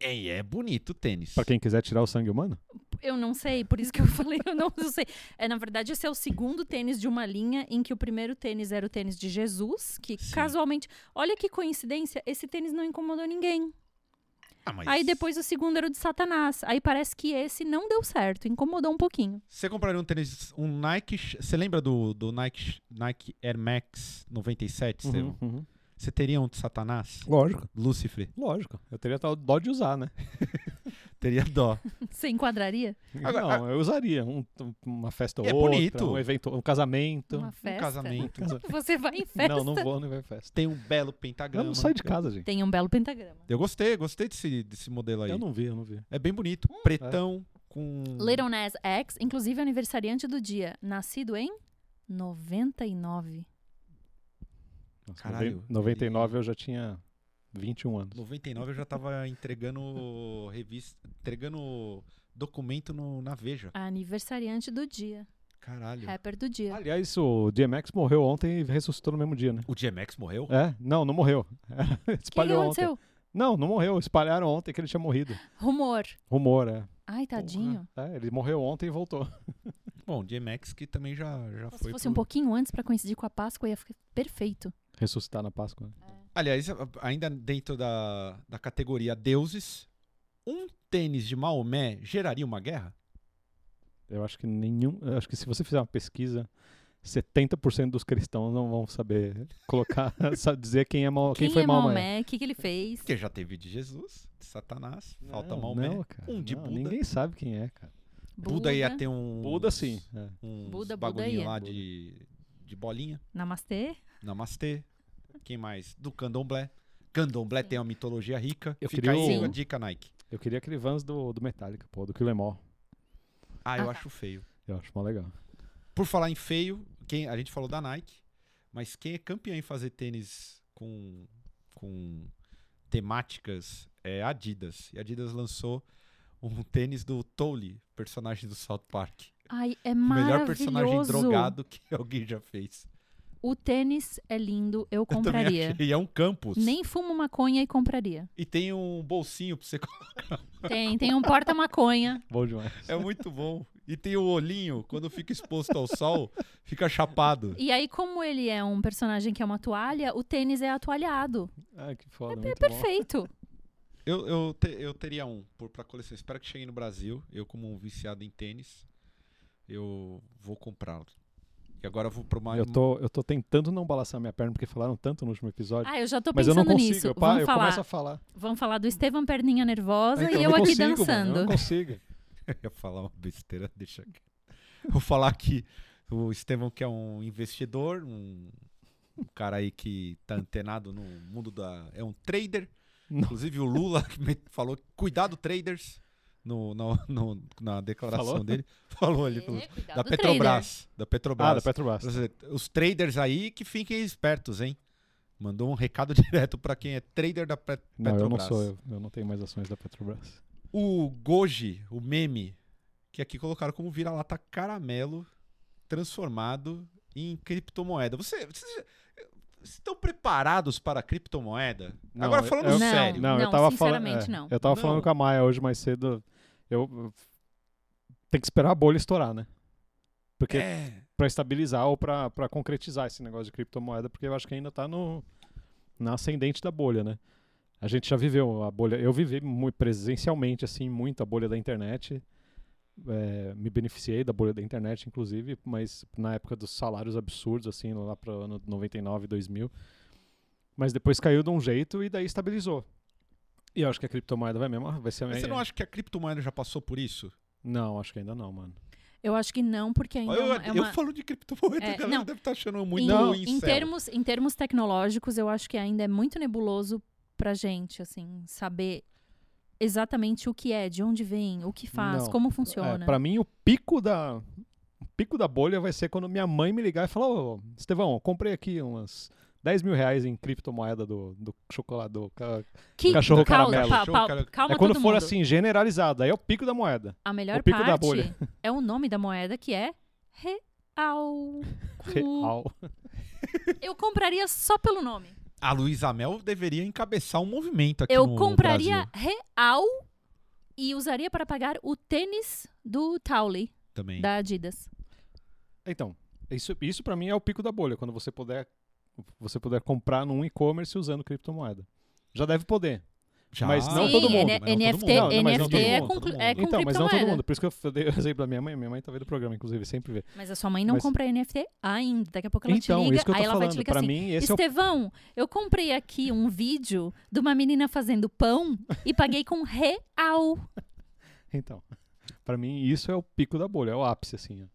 É, e é bonito o tênis.
Pra quem quiser tirar o sangue humano?
Eu não sei, por isso que eu falei, eu não sei. É, na verdade, esse é o segundo tênis de uma linha em que o primeiro tênis era o tênis de Jesus, que
Sim.
casualmente. Olha que coincidência, esse tênis não incomodou ninguém.
Ah, mas
Aí depois o segundo era o de Satanás. Aí parece que esse não deu certo, incomodou um pouquinho.
Você compraria um tênis, um Nike. Sh- Você lembra do, do Nike, Nike Air Max 97, Estevão?
uhum.
Você teria um de Satanás?
Lógico,
Lúcifer?
lógico. Eu teria tal dó de usar, né?
Teria dó.
Você enquadraria?
Agora, não, eu usaria um- um- uma festa ou
É
outra,
bonito.
um evento, um casamento.
Uma festa?
Um casamento.
Você vai em festa?
Não, não vou, não vai em festa.
Tem um belo
Eu
pentagrama.
não saio de casa, gente.
Tem um belo pentagrama.
Eu gostei, gostei desse, desse modelo aí.
Eu não vi, eu não vi.
É bem bonito. Pretão com.
Hum.
Little Nas X, inclusive aniversariante do dia, nascido em 99.
Nossa,
Caralho.
noven- 99 eu já tinha 21 anos.
99 eu já tava entregando revista. entregando documento no, na Veja.
Aniversariante do dia.
Caralho.
Rapper do dia.
Aliás, o DMX morreu ontem e ressuscitou no mesmo dia, né?
O GMX morreu?
É? Não, não morreu.
O que, que
Espalhou ontem.
aconteceu?
Não, não morreu. Espalharam ontem que ele tinha morrido.
Rumor.
Rumor, é.
Ai, tadinho.
É, ele morreu ontem e voltou.
Bom, GMX que também já, já
Se
foi.
fosse
pro-
um pouquinho antes pra coincidir com a Páscoa, ia ficar perfeito.
Ressuscitar na Páscoa. né?
Aliás, a- ainda dentro da, da categoria deuses, um tênis de Maomé geraria uma guerra?
Eu acho que nenhum. Eu acho que se você fizer uma pesquisa, 70% dos cristãos não vão saber colocar, só dizer quem é mal, quem, foi
é
Maomé.
O que, que ele fez?
Porque já teve de Jesus, de Satanás, falta
Não,
Maomé.
não, cara,
um de
não,
Buda.
Ninguém sabe quem é, cara.
Buda,
é
ia ter um.
Buda sim. é.
Um
Buda, Buda
bagulhinho
ia.
lá
Buda.
de, de bolinha.
Namastê.
Namastê. Quem mais? Do candomblé. Candomblé tem uma mitologia rica.
Eu
Fica
queria
aí
o-
a dica, Nike.
Eu queria aquele Vans do, do Metallica, pô, do Killemore.
Ah, eu
Ah, tá.
acho feio.
Eu acho mó legal.
Por falar em feio, quem, a gente falou da Nike, mas quem é campeão em fazer tênis com, com temáticas é a Adidas. E a Adidas lançou um tênis do Tolly, personagem do South Park.
Ai, é
O
maravilhoso.
melhor personagem drogado que alguém já fez.
O tênis é lindo, eu
Eu também
compraria.
achei. E é um campus.
Nem fumo maconha e compraria.
E tem um bolsinho pra você. colocar.
Tem, tem um porta-maconha.
Bom demais.
É muito bom. E tem o olhinho, quando fica exposto ao sol, fica chapado.
E aí, como ele é um personagem que é uma toalha, o tênis é atoalhado.
Ah, que foda.
É
muito bom.
perfeito.
Eu, eu, te- eu teria um por, pra coleção. Espero que chegue no Brasil. Eu, como um viciado em tênis, eu vou comprá-lo. E agora eu vou pro uma.
Eu tô, eu tô tentando não balançar minha perna, porque falaram tanto no último episódio.
Ah, eu já tô
mas eu não
pensando
consigo.
nisso.
Eu, pa-
Vamos
eu
falar.
começo a falar.
Vamos falar do Estevam Perninha Nervosa
Então, não
e eu aqui
consigo,
dançando.
Mano, eu não consigo.
Eu ia falar uma besteira, deixa aqui. Vou falar que o Estevão, que é um investidor, um, um cara aí que tá antenado no mundo da. É um trader.
Não.
Inclusive o Lula que me falou: cuidado, traders. No, na- no- na declaração
Falou?
dele. Falou ele.
É,
falou,
cuidado,
da,
trader.
Petrobras, da Petrobras.
Ah, da Petrobras.
Os traders aí que fiquem espertos, hein? Mandou um recado direto pra quem é trader da Pet-
Não,
Petrobras.
eu não sou. Eu, eu não tenho mais ações da Petrobras.
O Goji, o meme, que aqui colocaram como vira-lata caramelo transformado em criptomoeda. Você, vocês, vocês estão preparados para a criptomoeda?
Não,
Agora falando
eu-
sério.
Não,
Não, eu tava falando.
sinceramente,
é,
não.
Eu tava
Não.
falando com a Maia hoje mais cedo. Eu. Tem que esperar a bolha estourar, né? Porque
É.
pra estabilizar ou pra pra concretizar esse negócio de criptomoeda, porque eu acho que ainda tá no na ascendente da bolha, né? A gente já viveu a bolha, eu vivi mui- presencialmente assim muito a bolha da internet. É, me beneficiei da bolha da internet, inclusive, mas na época dos salários absurdos, assim, lá para ano 99, 2000. Mas depois caiu de um jeito e daí estabilizou. E eu acho que a criptomoeda vai mesmo. Vai ser
Mas você não acha que a criptomoeda já passou por isso?
Não, acho que ainda não, mano.
Eu acho que não, porque ainda é
eu,
uma- é
eu
uma...
falo de criptomoeda,
É,
a galera
não.
deve estar achando muito
em,
não,
em termos, em termos tecnológicos, eu acho que ainda é muito nebuloso pra gente, assim, saber exatamente o que é, de onde vem, o que faz,
Não.
como
É,
funciona.
para mim, o pico da o pico da bolha vai ser quando minha mãe me ligar e falar: Ô, Estevão, eu comprei aqui umas 10 mil reais em criptomoeda do, do chocolate. Do... ca-"
que
um cachorro
calma,
caramelo.
pa- pa-
Cachorro cara-
calma
É quando
todo
for
mundo.
assim, generalizado, aí é o pico da moeda.
A melhor
o pico da
parte
bolha.
é o nome da moeda que é real.
Real.
Eu compraria só pelo nome.
A Luísa Mel deveria encabeçar um movimento aqui
Eu
no
compraria
Brasil
real e usaria para pagar o tênis do Tauli,
também.
da Adidas.
Então, isso, isso para mim é o pico da bolha, quando você puder, você puder comprar num e-commerce usando criptomoeda. Já deve poder.
Já.
mas não
Sim,
todo mundo,
mas
N-
não
NFT,
todo mundo.
Não, mas não
NFT é,
todo
com,
mundo, todo
é com
então, mas não todo
criptomoeda.
mundo. Por isso que eu f- dei o exemplo da minha mãe. Minha mãe tá vendo o programa, inclusive, sempre vê.
Mas a sua mãe não
Mas-
compra NFT ainda. Daqui a pouco ela
então,
te liga,
isso que eu tô
aí ela vai te
falando.
ligar
Pra
assim.
mim, esse é o
Estevão, eu comprei aqui um vídeo de uma menina fazendo pão e paguei com real.
Então, pra mim isso é o pico da bolha, é o ápice assim. ó.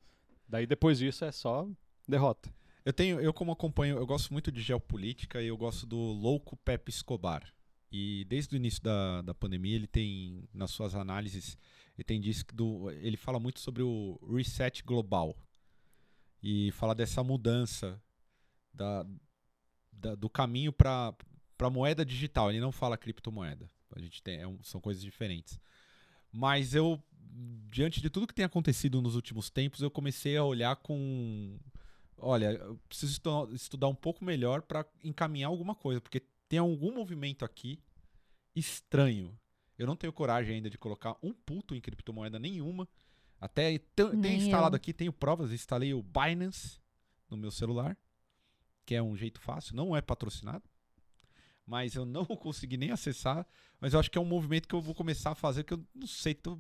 Daí depois disso é só derrota.
Eu tenho, eu como acompanho, eu gosto muito de geopolítica e eu gosto do louco Pepe Escobar. E desde o início da, da pandemia, ele tem, nas suas análises, ele tem disso que do, ele fala muito sobre o reset global. E fala dessa mudança da, da- do caminho para a moeda digital. Ele não fala criptomoeda. A gente tem, é um- são coisas diferentes. Mas eu, diante de tudo que tem acontecido nos últimos tempos, eu comecei a olhar com olha, eu preciso estu- estudar um pouco melhor para encaminhar alguma coisa, porque tem algum movimento aqui estranho. Eu não tenho coragem ainda de colocar um puto em criptomoeda nenhuma. Até tem
Nem
instalado
eu.
aqui, tenho provas, instalei o Binance no meu celular, que é um jeito fácil, não é patrocinado. Mas eu não consegui nem acessar, mas eu acho que é um movimento que eu vou começar a fazer, que eu não sei, tô,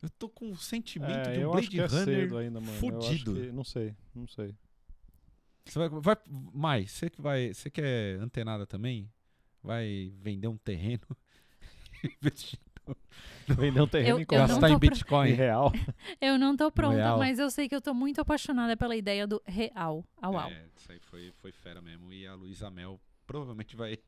eu tô com um sentimento
É,
de um
eu acho
Blade
que é cedo
Runner
ainda, mano. Eu acho
fudido.
que- não sei, não sei.
Você vai, vai Mai, você que vai, você que é antenada também, vai vender um terreno, investir,
Vender um terreno
Eu-
em
eu não
gastar
tô
em
pra- É,
em
Bitcoin.
real.
Eu não tô pronta,
Real.
mas eu sei que eu tô muito apaixonada pela ideia do real. Au, au.
É, isso aí foi, foi fera mesmo. E a Luísa Mel provavelmente vai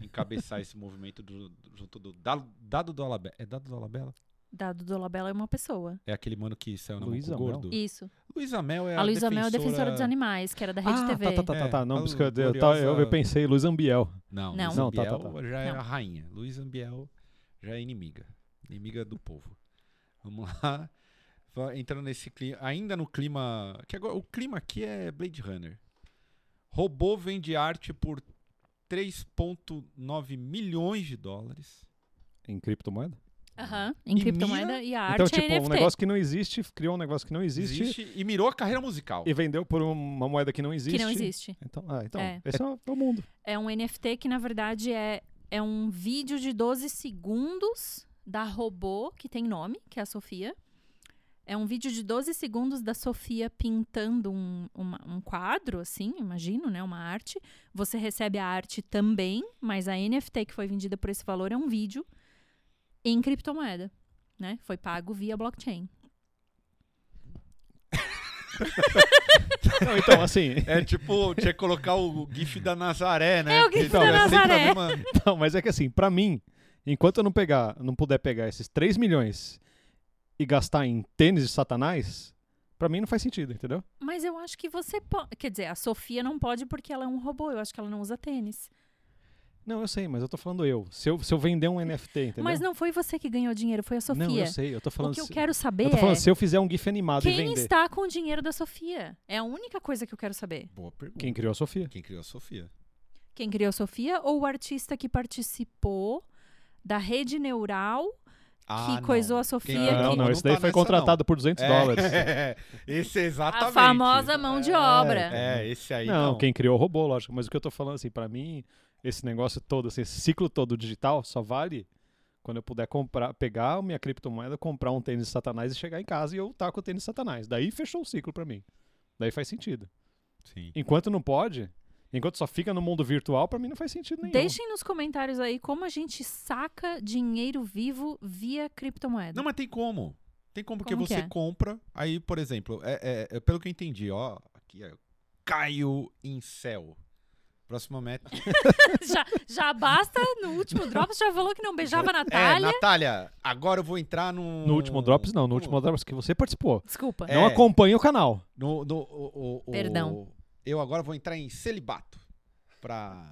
encabeçar esse movimento do- do- junto do Dal- Dado do Alabela. É Dado do Alabela?
Dado Dolabella é uma pessoa.
É aquele mano que saiu no
Luísa
Muco
Mel?
Gordo?
Isso.
Luísa Mel é a,
a Luísa Mel é defensora dos
animais.
animais, que era da Rede
ah,
TV.
tá, tá, tá, tá, tá.
É,
Não,
a
por isso que eu, eu, tá-
gloriosa-
eu, eu pensei Luiz Ambiel.
Não,
Não.
Luiz
Não, tá,
Ambiel
tá, tá.
já era
Não.
rainha. Luiz Ambiel já é inimiga. Inimiga do povo. Vamos lá. Va- Entrando nesse clima. Ainda no clima. Que agora, o clima aqui é Blade Runner. Robô vende arte por 3,9 milhões de dólares.
Em criptomoeda?
Aham. Em
E
criptomoeda e a arte
tá. então, tipo,
é NFT.
um negócio que não existe, criou um negócio que não existe,
e mirou a carreira musical.
e vendeu por uma moeda que não existe.
Que não existe.
Então, ah, então
É.
esse é o, é o mundo.
É um NFT que, na verdade, é, é um vídeo de 12 segundos da robô, que tem nome, que é a Sofia. É um vídeo de 12 segundos da Sofia pintando um, uma- um quadro, assim, imagino, né? Uma arte. Você recebe a arte também, mas a NFT que foi vendida por esse valor é um vídeo em criptomoeda, né? Foi pago via blockchain.
Não, então, assim,
É tipo, tinha que colocar o GIF da Nazaré, né?
É o gif
Então,
da
é sempre a
Nazaré.
mesma-
Não, mas é que assim, pra mim, enquanto eu não pegar, não puder pegar esses 3 milhões e gastar em tênis de satanás, pra mim não faz sentido, entendeu?
Mas eu acho que você pode. Quer dizer, a Sofia não pode porque ela é um robô. Eu acho que ela não usa tênis.
Não, eu sei, mas eu tô falando eu. Se eu, se eu vender um NFT, entendeu?
Mas não foi você que ganhou dinheiro, foi a Sofia.
Não, eu sei, eu tô falando.
o que eu
se-
quero saber
eu tô falando,
é
se eu fizer um GIF animado e
quem
vender.
está com o dinheiro da Sofia. É a única coisa que eu quero saber.
Boa pergunta.
Quem criou a Sofia?
Quem criou a Sofia?
Quem criou a Sofia ou o artista que participou da rede neural
Ah, não.
coisou a Sofia
Quem-
que-
Não, não,
Não
esse daí
tá
foi
nessa, não.
contratado por 200
É,
dólares.
esse é exatamente.
A famosa mão de obra.
É, esse aí.
Não,
Não,
quem criou o robô, lógico. Mas o que eu tô falando, assim, pra mim, esse negócio todo, assim, esse ciclo todo digital só vale quando eu puder comprar, pegar a minha criptomoeda, comprar um tênis satanás e chegar em casa e eu tá com o tênis satanás. Daí fechou o ciclo pra mim. Daí faz sentido.
Sim.
Enquanto não pode, enquanto só fica no mundo virtual, pra mim não faz sentido nenhum.
Deixem nos comentários aí como a gente saca dinheiro vivo via criptomoeda.
Não, mas tem como. Tem como, porque
Como que
você
é?
compra. Aí, por exemplo, é, é- é- pelo que eu entendi, ó. Aqui é Caio Incel. Próxima meta.
já, já basta, no último Drops já falou que não beijava a
É,
Natália.
Natália, agora eu vou entrar no.
No último Drops, não. No último Drops que você participou.
Desculpa.
É.
Não acompanha o canal.
No, no- o- o- o-
Perdão.
Eu agora vou entrar em celibato pra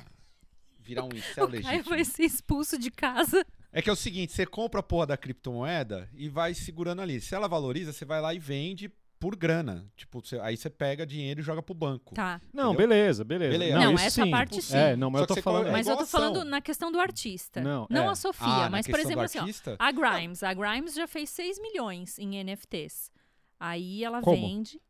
virar um incel
o Caio
legítimo.
vai ser expulso de casa.
É que é o seguinte, você compra a porra da criptomoeda e vai segurando ali. Se ela valoriza, você vai lá e vende por grana. Tipo, você- aí você pega dinheiro e joga pro banco.
Tá.
Não,
Entendeu?
beleza, beleza.
Beleza.
Não,
isso
essa
sim.
parte sim.
É, não, mas
Só
eu tô
que você
falando.
coloca- É
mas eu
igual
tô
ação.
falando na questão do artista.
Não, é.
a Sofia,
Ah, na
mas por
questão do
exemplo, assim, ó,
artista?
a Grimes. A Grimes já fez 6 milhões em NFTs. Aí ela
Como?
vende.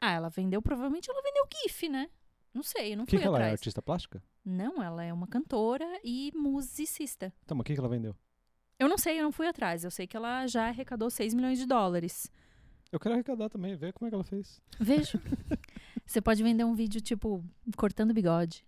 Ah, ela vendeu, provavelmente ela vendeu GIF, né? Não sei, eu não
O que,
fui
que ela é?
atrás.
Artista plástica?
Não, ela é uma cantora e musicista.
Tá, mas o que, que ela vendeu?
Eu não sei, eu não fui atrás. Eu sei que ela já arrecadou 6 milhões de dólares.
Eu quero arrecadar também, ver como é que ela fez.
Vejo. Você pode vender um vídeo, tipo, cortando bigode.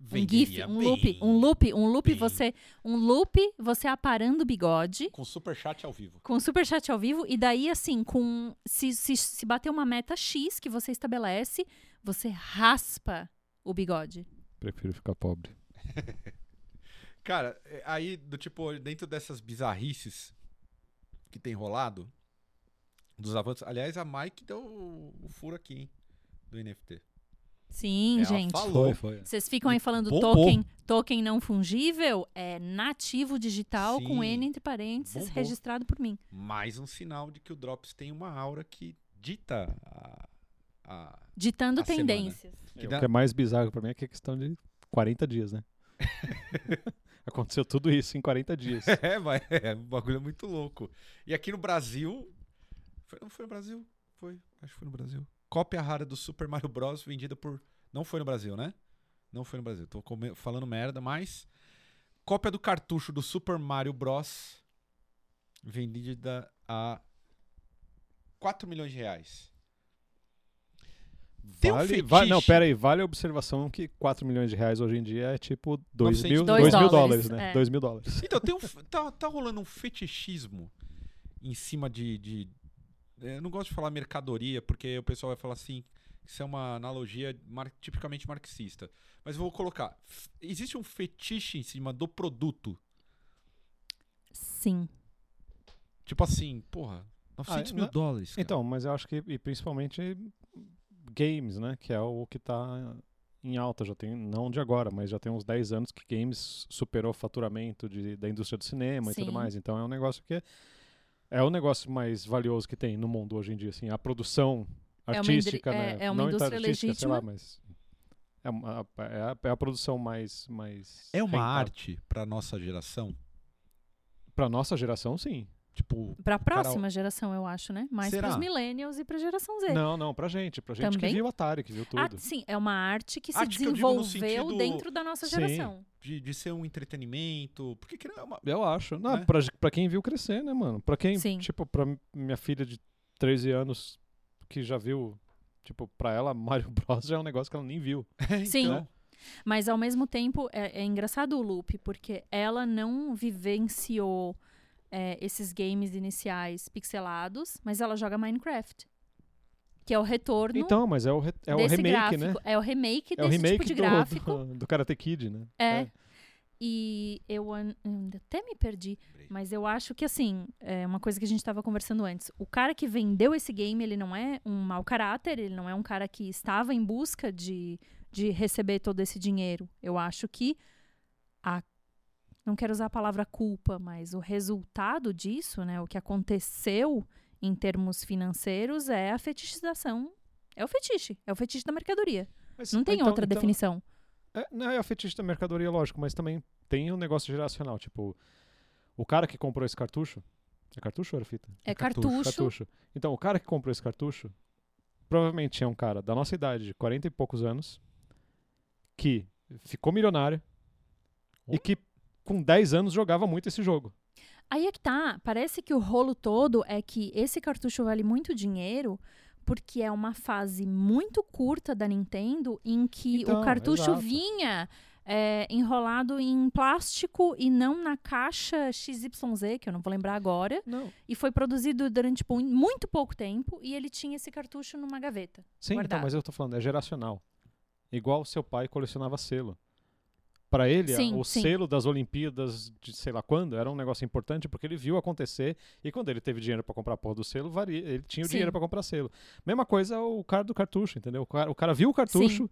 Um GIF,
Venderia
um
bem.
loop, um loop, um loop,
bem.
você. Um loop, você aparando o bigode.
Com superchat ao vivo.
Com um superchat ao vivo, e daí, assim, com se, se, se bater uma meta X que você estabelece, você raspa o bigode.
Prefiro ficar pobre.
Cara, é, aí, do tipo, dentro dessas bizarrices que tem rolado, dos avanços. Aliás, a Mike deu o, o furo aqui, hein? Do NFT.
Sim,
Ela
gente.
falou.
foi.
Vocês ficam aí falando
Bombou.
token, token não fungível, é nativo digital com
Sim.
N entre parênteses,
Bombou.
registrado por mim.
Mais um sinal de que o Drops tem uma aura que dita a. a-
Ditando
A semana.
tendências.
que
o
dá-
que é mais bizarro pra mim é que é questão de 40 dias, né? Aconteceu tudo isso em 40 dias.
É, mas é um bagulho muito louco. E aqui no Brasil. Foi, não foi no Brasil? Foi. Acho que foi no Brasil. Cópia rara do Super Mario Bros. vendida por. Não foi no Brasil, né? Não foi no Brasil. Tô come- falando merda, mas. Cópia do cartucho do Super Mario Bros. Vendida a 4 milhões de reais. Tem um
Vale,
fetiche.
va- não, pera aí, vale a observação que 4 milhões de reais hoje em dia é tipo 2 mil,
902
dois mil
dólares,
dólares, né?
é.
2 mil dólares.
Então, tem um, f- tá, tá rolando um fetichismo em cima de, de- eh, Eu não gosto de falar mercadoria, porque o pessoal vai falar assim. Isso é uma analogia mar- tipicamente marxista. Mas eu vou colocar. f- Existe um fetiche em cima do produto.
Sim.
Tipo assim, porra, 900
Ah,
mil
na-
dólares.
é
cara.
Então, mas eu acho que, e principalmente games, né? Que é o que tá em alta, já tem, não de agora, mas já tem uns 10 anos que games superou o faturamento de, da indústria do cinema e
Sim.
tudo mais. Então é um negócio que é, é o negócio mais valioso que tem no mundo hoje em dia, assim, a produção
uma indri-
artística,
é-
né?
é uma
não
indústria
artística, sei lá,
legítima.
mas é, uma- é a, é a produção mais mais
é uma
rentável.
arte pra nossa geração?
Pra nossa geração, sim.
Tipo,
Pra
cara-
próxima geração, eu acho, né? Mais
Será?
pros millennials e pra geração Z.
Não, não, pra gente, pra gente
É. Também?
que viu Atari, que viu tudo.
Ah, sim, é uma arte que se
Arte que eu digo no
desenvolveu
sentido-
dentro da nossa
Sim.
geração.
de, de ser um entretenimento. Porque que não é uma.
Eu acho. Não,
Né?
pra, pra quem viu crescer, né, mano? Pra quem,
Sim.
tipo, pra mi- minha filha de 13 anos que já viu, tipo, pra ela, Mario Bros já é um negócio que ela nem viu.
Sim.
Então,
Mas ao mesmo tempo é, é engraçado o loop, porque ela não vivenciou é, esses games iniciais pixelados, mas ela joga Minecraft. Que é o retorno
Então, mas é o, re- é o
desse
remake,
gráfico.
né?
É o remake
É o
desse
remake
tipo de
do-
gráfico.
do, do Karate Kid, né?
É. E eu an- hum, até me perdi, mas eu acho que assim, é uma coisa que a gente estava conversando antes. O cara que vendeu esse game, ele não é um mau caráter, ele não é um cara que estava em busca de, de receber todo esse dinheiro. Eu acho que a não quero usar a palavra culpa, mas o resultado disso, né, o que aconteceu em termos financeiros é a fetichização. É o fetiche, é o fetiche da mercadoria.
Mas,
Não tem
então-
outra
então-
definição.
É, não, é o fetiche da mercadoria, lógico, mas também tem um negócio geracional. Tipo, o cara que comprou esse cartucho, É cartucho ou era fita?
É
cartucho.
cartucho.
Cartucho. Então, o cara que comprou esse cartucho provavelmente é um cara da nossa idade, de 40 e poucos anos, que ficou milionário e que com 10 anos jogava muito esse jogo.
Aí é que tá. Parece que o rolo todo é que esse cartucho vale muito dinheiro porque é uma fase muito curta da Nintendo em que
Então,
o cartucho
exato.
vinha é, enrolado em plástico e não na caixa XYZ, que eu não vou lembrar agora.
Não.
E foi produzido durante tipo, muito pouco tempo e ele tinha esse cartucho numa gaveta.
Sim, então,
Guardado.
mas eu tô falando, é geracional. Igual seu pai colecionava selo. Pra ele, a-
Sim,
o
sim.
selo das Olimpíadas de sei lá quando era um negócio importante porque ele viu acontecer e quando ele teve dinheiro pra comprar a porra do selo, varia, ele tinha o
Sim.
dinheiro pra comprar selo. Mesma coisa o cara do cartucho, entendeu? O cara, o cara viu o cartucho,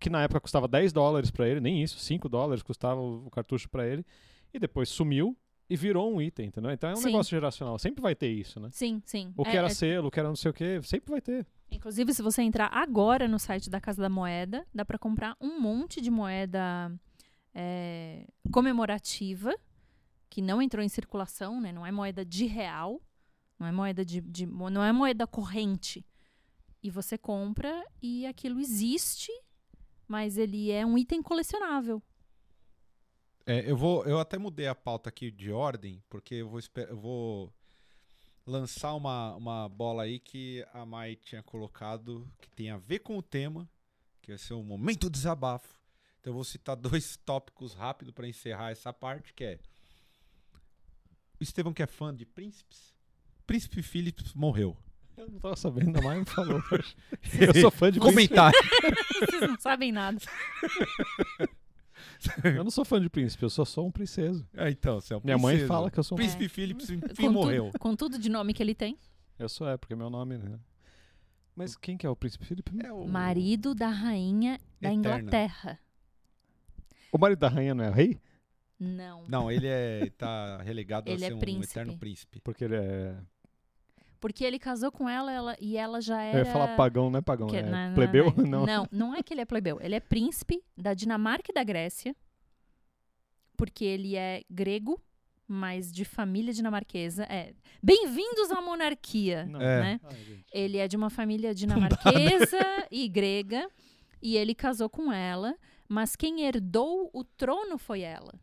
que na época custava 10 dólares pra ele, nem isso, 5 dólares custava o o cartucho pra ele, e depois sumiu e virou um item, entendeu? Então é um
Sim.
negócio geracional, sempre vai ter isso, né?
Sim, sim.
O que
É-
era
é-
selo, o que era não sei o que, sempre vai ter.
Inclusive, se você entrar agora no site da Casa da Moeda, dá para comprar um monte de moeda é, comemorativa, que não entrou em circulação, né? Não é moeda de real, não é moeda de, de- mo- não é moeda corrente. E você compra e aquilo existe, mas ele é um item colecionável.
É, eu vou, eu até mudei a pauta aqui de ordem, porque eu vou, espe- eu vou lançar uma, uma bola aí que a Mai tinha colocado, que tem a ver com o tema, que vai ser um momento desabafo. Então eu vou citar dois tópicos rápido para encerrar essa parte, que é o Estevão que é fã de príncipes, Príncipe Philips morreu.
Eu não tava sabendo, a Maia me falou. Eu sou fã de príncipe.
Comentário.
Vocês não sabem nada.
assim?
Eu não sou fã de príncipe, eu sou só um princeso.
Ah, então, você é uma
Minha mãe
princesa.
fala que eu sou um
Príncipe Philips enfim
com,
morreu.
Tudo, com tudo de nome que ele tem.
Eu sou, é, porque é meu nome, né? Mas quem que é o príncipe Felipe?
É o-
Marido da rainha da
Eterna.
Inglaterra.
O marido da rainha não é rei?
Não.
Não, ele é tá relegado
Ele
a
é
ser um
príncipe.
eterno príncipe.
Porque ele é.
Porque ele casou com ela, ela- e ela já
Eu
era.
ia falar pagão, não é pagão,
que-
é
na- na-
plebeu?
na-
Não.
não, não é que ele é plebeu. Ele é príncipe da Dinamarca e da Grécia. Porque ele é grego, mas de família dinamarquesa. É. Bem-vindos à monarquia.
Não.
É.
Né?
Ai, gente.
Ele é de uma família dinamarquesa e grega. E ele casou com ela, mas quem herdou o trono foi ela,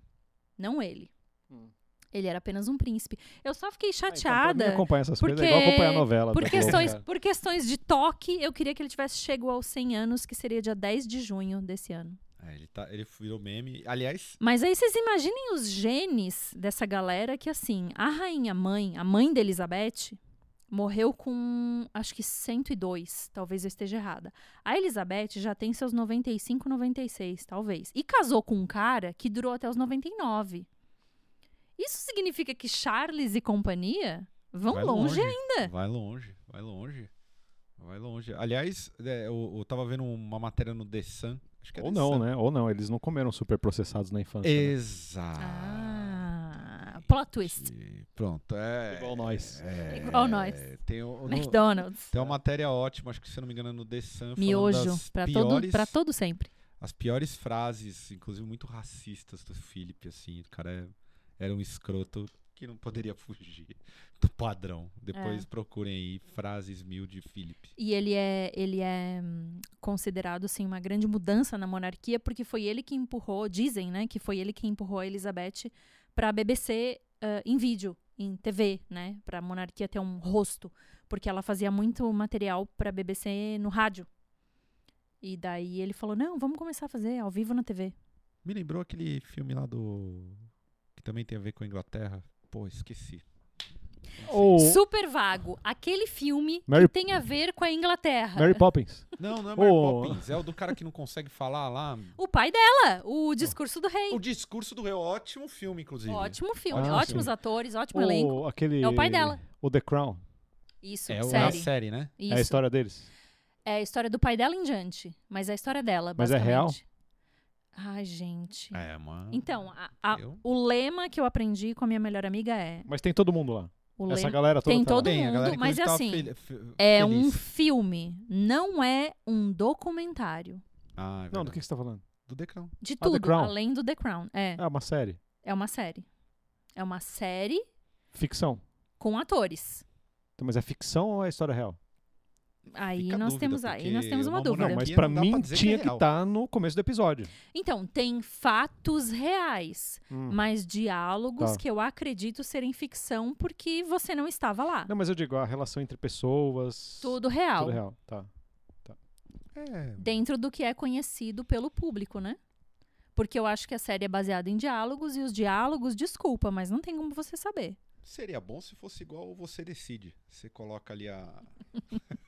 não ele.
Hum.
Ele era apenas um príncipe. Eu só fiquei
Ah, então, pra mim
chateada.
acompanhar essas coisas é
porque-
igual acompanhar a novela. tá
Por
da
questões,
Globo.
por questões de toque, eu queria que ele tivesse chego aos 100 anos, que seria dia 10 de junho desse ano.
É, ele, tá, ele virou meme. Aliás,
Mas aí vocês imaginem os genes dessa galera que, assim, a rainha mãe, a mãe de Elizabeth, morreu com, acho que 102, talvez eu esteja errada. A Elizabeth já tem seus 95, 96, talvez. E casou com um cara que durou até os 99. Isso significa que Charles e companhia vão
vai
longe,
longe,
ainda.
Vai longe, vai longe. Vai longe. Aliás, é, eu, eu tava vendo uma matéria no The Sun. Acho que é
Ou
The
não,
Sun.
né? Ou não, eles não comeram super processados na infância. né?
Exato.
Ah, plot twist.
Pronto, é.
Igual nós.
É,
Igual nós.
Tem, o- no-
McDonald's.
tem uma matéria ótima, acho que se não me engano, é no The Sun. falando
Miojo.
das
Pra todo,
piores,
pra todo sempre.
As piores frases, inclusive muito racistas do Philip, assim. O cara é- era um escroto que não poderia fugir do padrão. Depois
É.
procurem aí frases mil de Philip.
E ele é, ele é hum, considerado assim, uma grande mudança na monarquia, porque foi ele que empurrou, dizem, né? Que foi ele que empurrou a Elizabeth pra BBC ah, em vídeo, em TV, né? Pra monarquia ter um rosto. Porque ela fazia muito material pra BBC no rádio. E daí ele falou: não, vamos começar a fazer ao vivo na TV.
Me lembrou aquele filme lá do. que também tem a ver com a Inglaterra. Pô, esqueci.
Ou
Super vago. Aquele filme
Mary-
que tem a ver com a Inglaterra.
Mary Poppins.
Não, não é Mary
Ô.
Poppins. É o do cara que não consegue falar lá.
O pai dela, o discurso do rei.
O discurso do rei. Ótimo filme, inclusive.
Ótimo filme,
Ótimo
ótimos
filme.
atores, ótimo elenco.
Ou aquele...
É o pai dela.
O The Crown.
Isso,
É o- é a
série.
série, né?
Isso. É
É a história deles.
do pai dela em diante, mas é a história dela,
Mas é
basicamente.
real?
Ai, gente.
É, mano.
Então, a- a-
Eu?
o lema que eu aprendi com a minha melhor amiga é...
Mas tem todo mundo lá.
O
Essa
lema
galera toda
Tem
tá lá.
todo mundo, mas
inclusive,
é assim,
tava fel- fe-
é
feliz.
um filme, não é um documentário.
Ah, é
Não, do
verdade.
que você tá falando?
do Decrão.
De
Ah, The
tudo,
Crown.
além do The Crown. É,
É uma série.
é uma série. É uma série
Ficção.
com atores.
Então, mas é ficção ou é história real?
Aí
Fica a
nós
dúvida,
temos aí nós
porque
temos uma
uma
dúvida.
Não, mas
Aqui
pra
não dá
mim
pra dizer que é
tinha que
real.
estar no começo do episódio.
Então, tem fatos reais,
Hum.
mas diálogos
Tá.
que eu acredito serem ficção porque você não estava lá.
Não, mas eu digo, a relação entre pessoas.
Tudo real.
Tudo real, tá.
É,
Dentro do que é conhecido pelo público, né? Porque eu acho que a série é baseada em diálogos e os diálogos, desculpa, mas não tem como você saber.
seria bom se fosse igual o você decide. Você coloca ali a.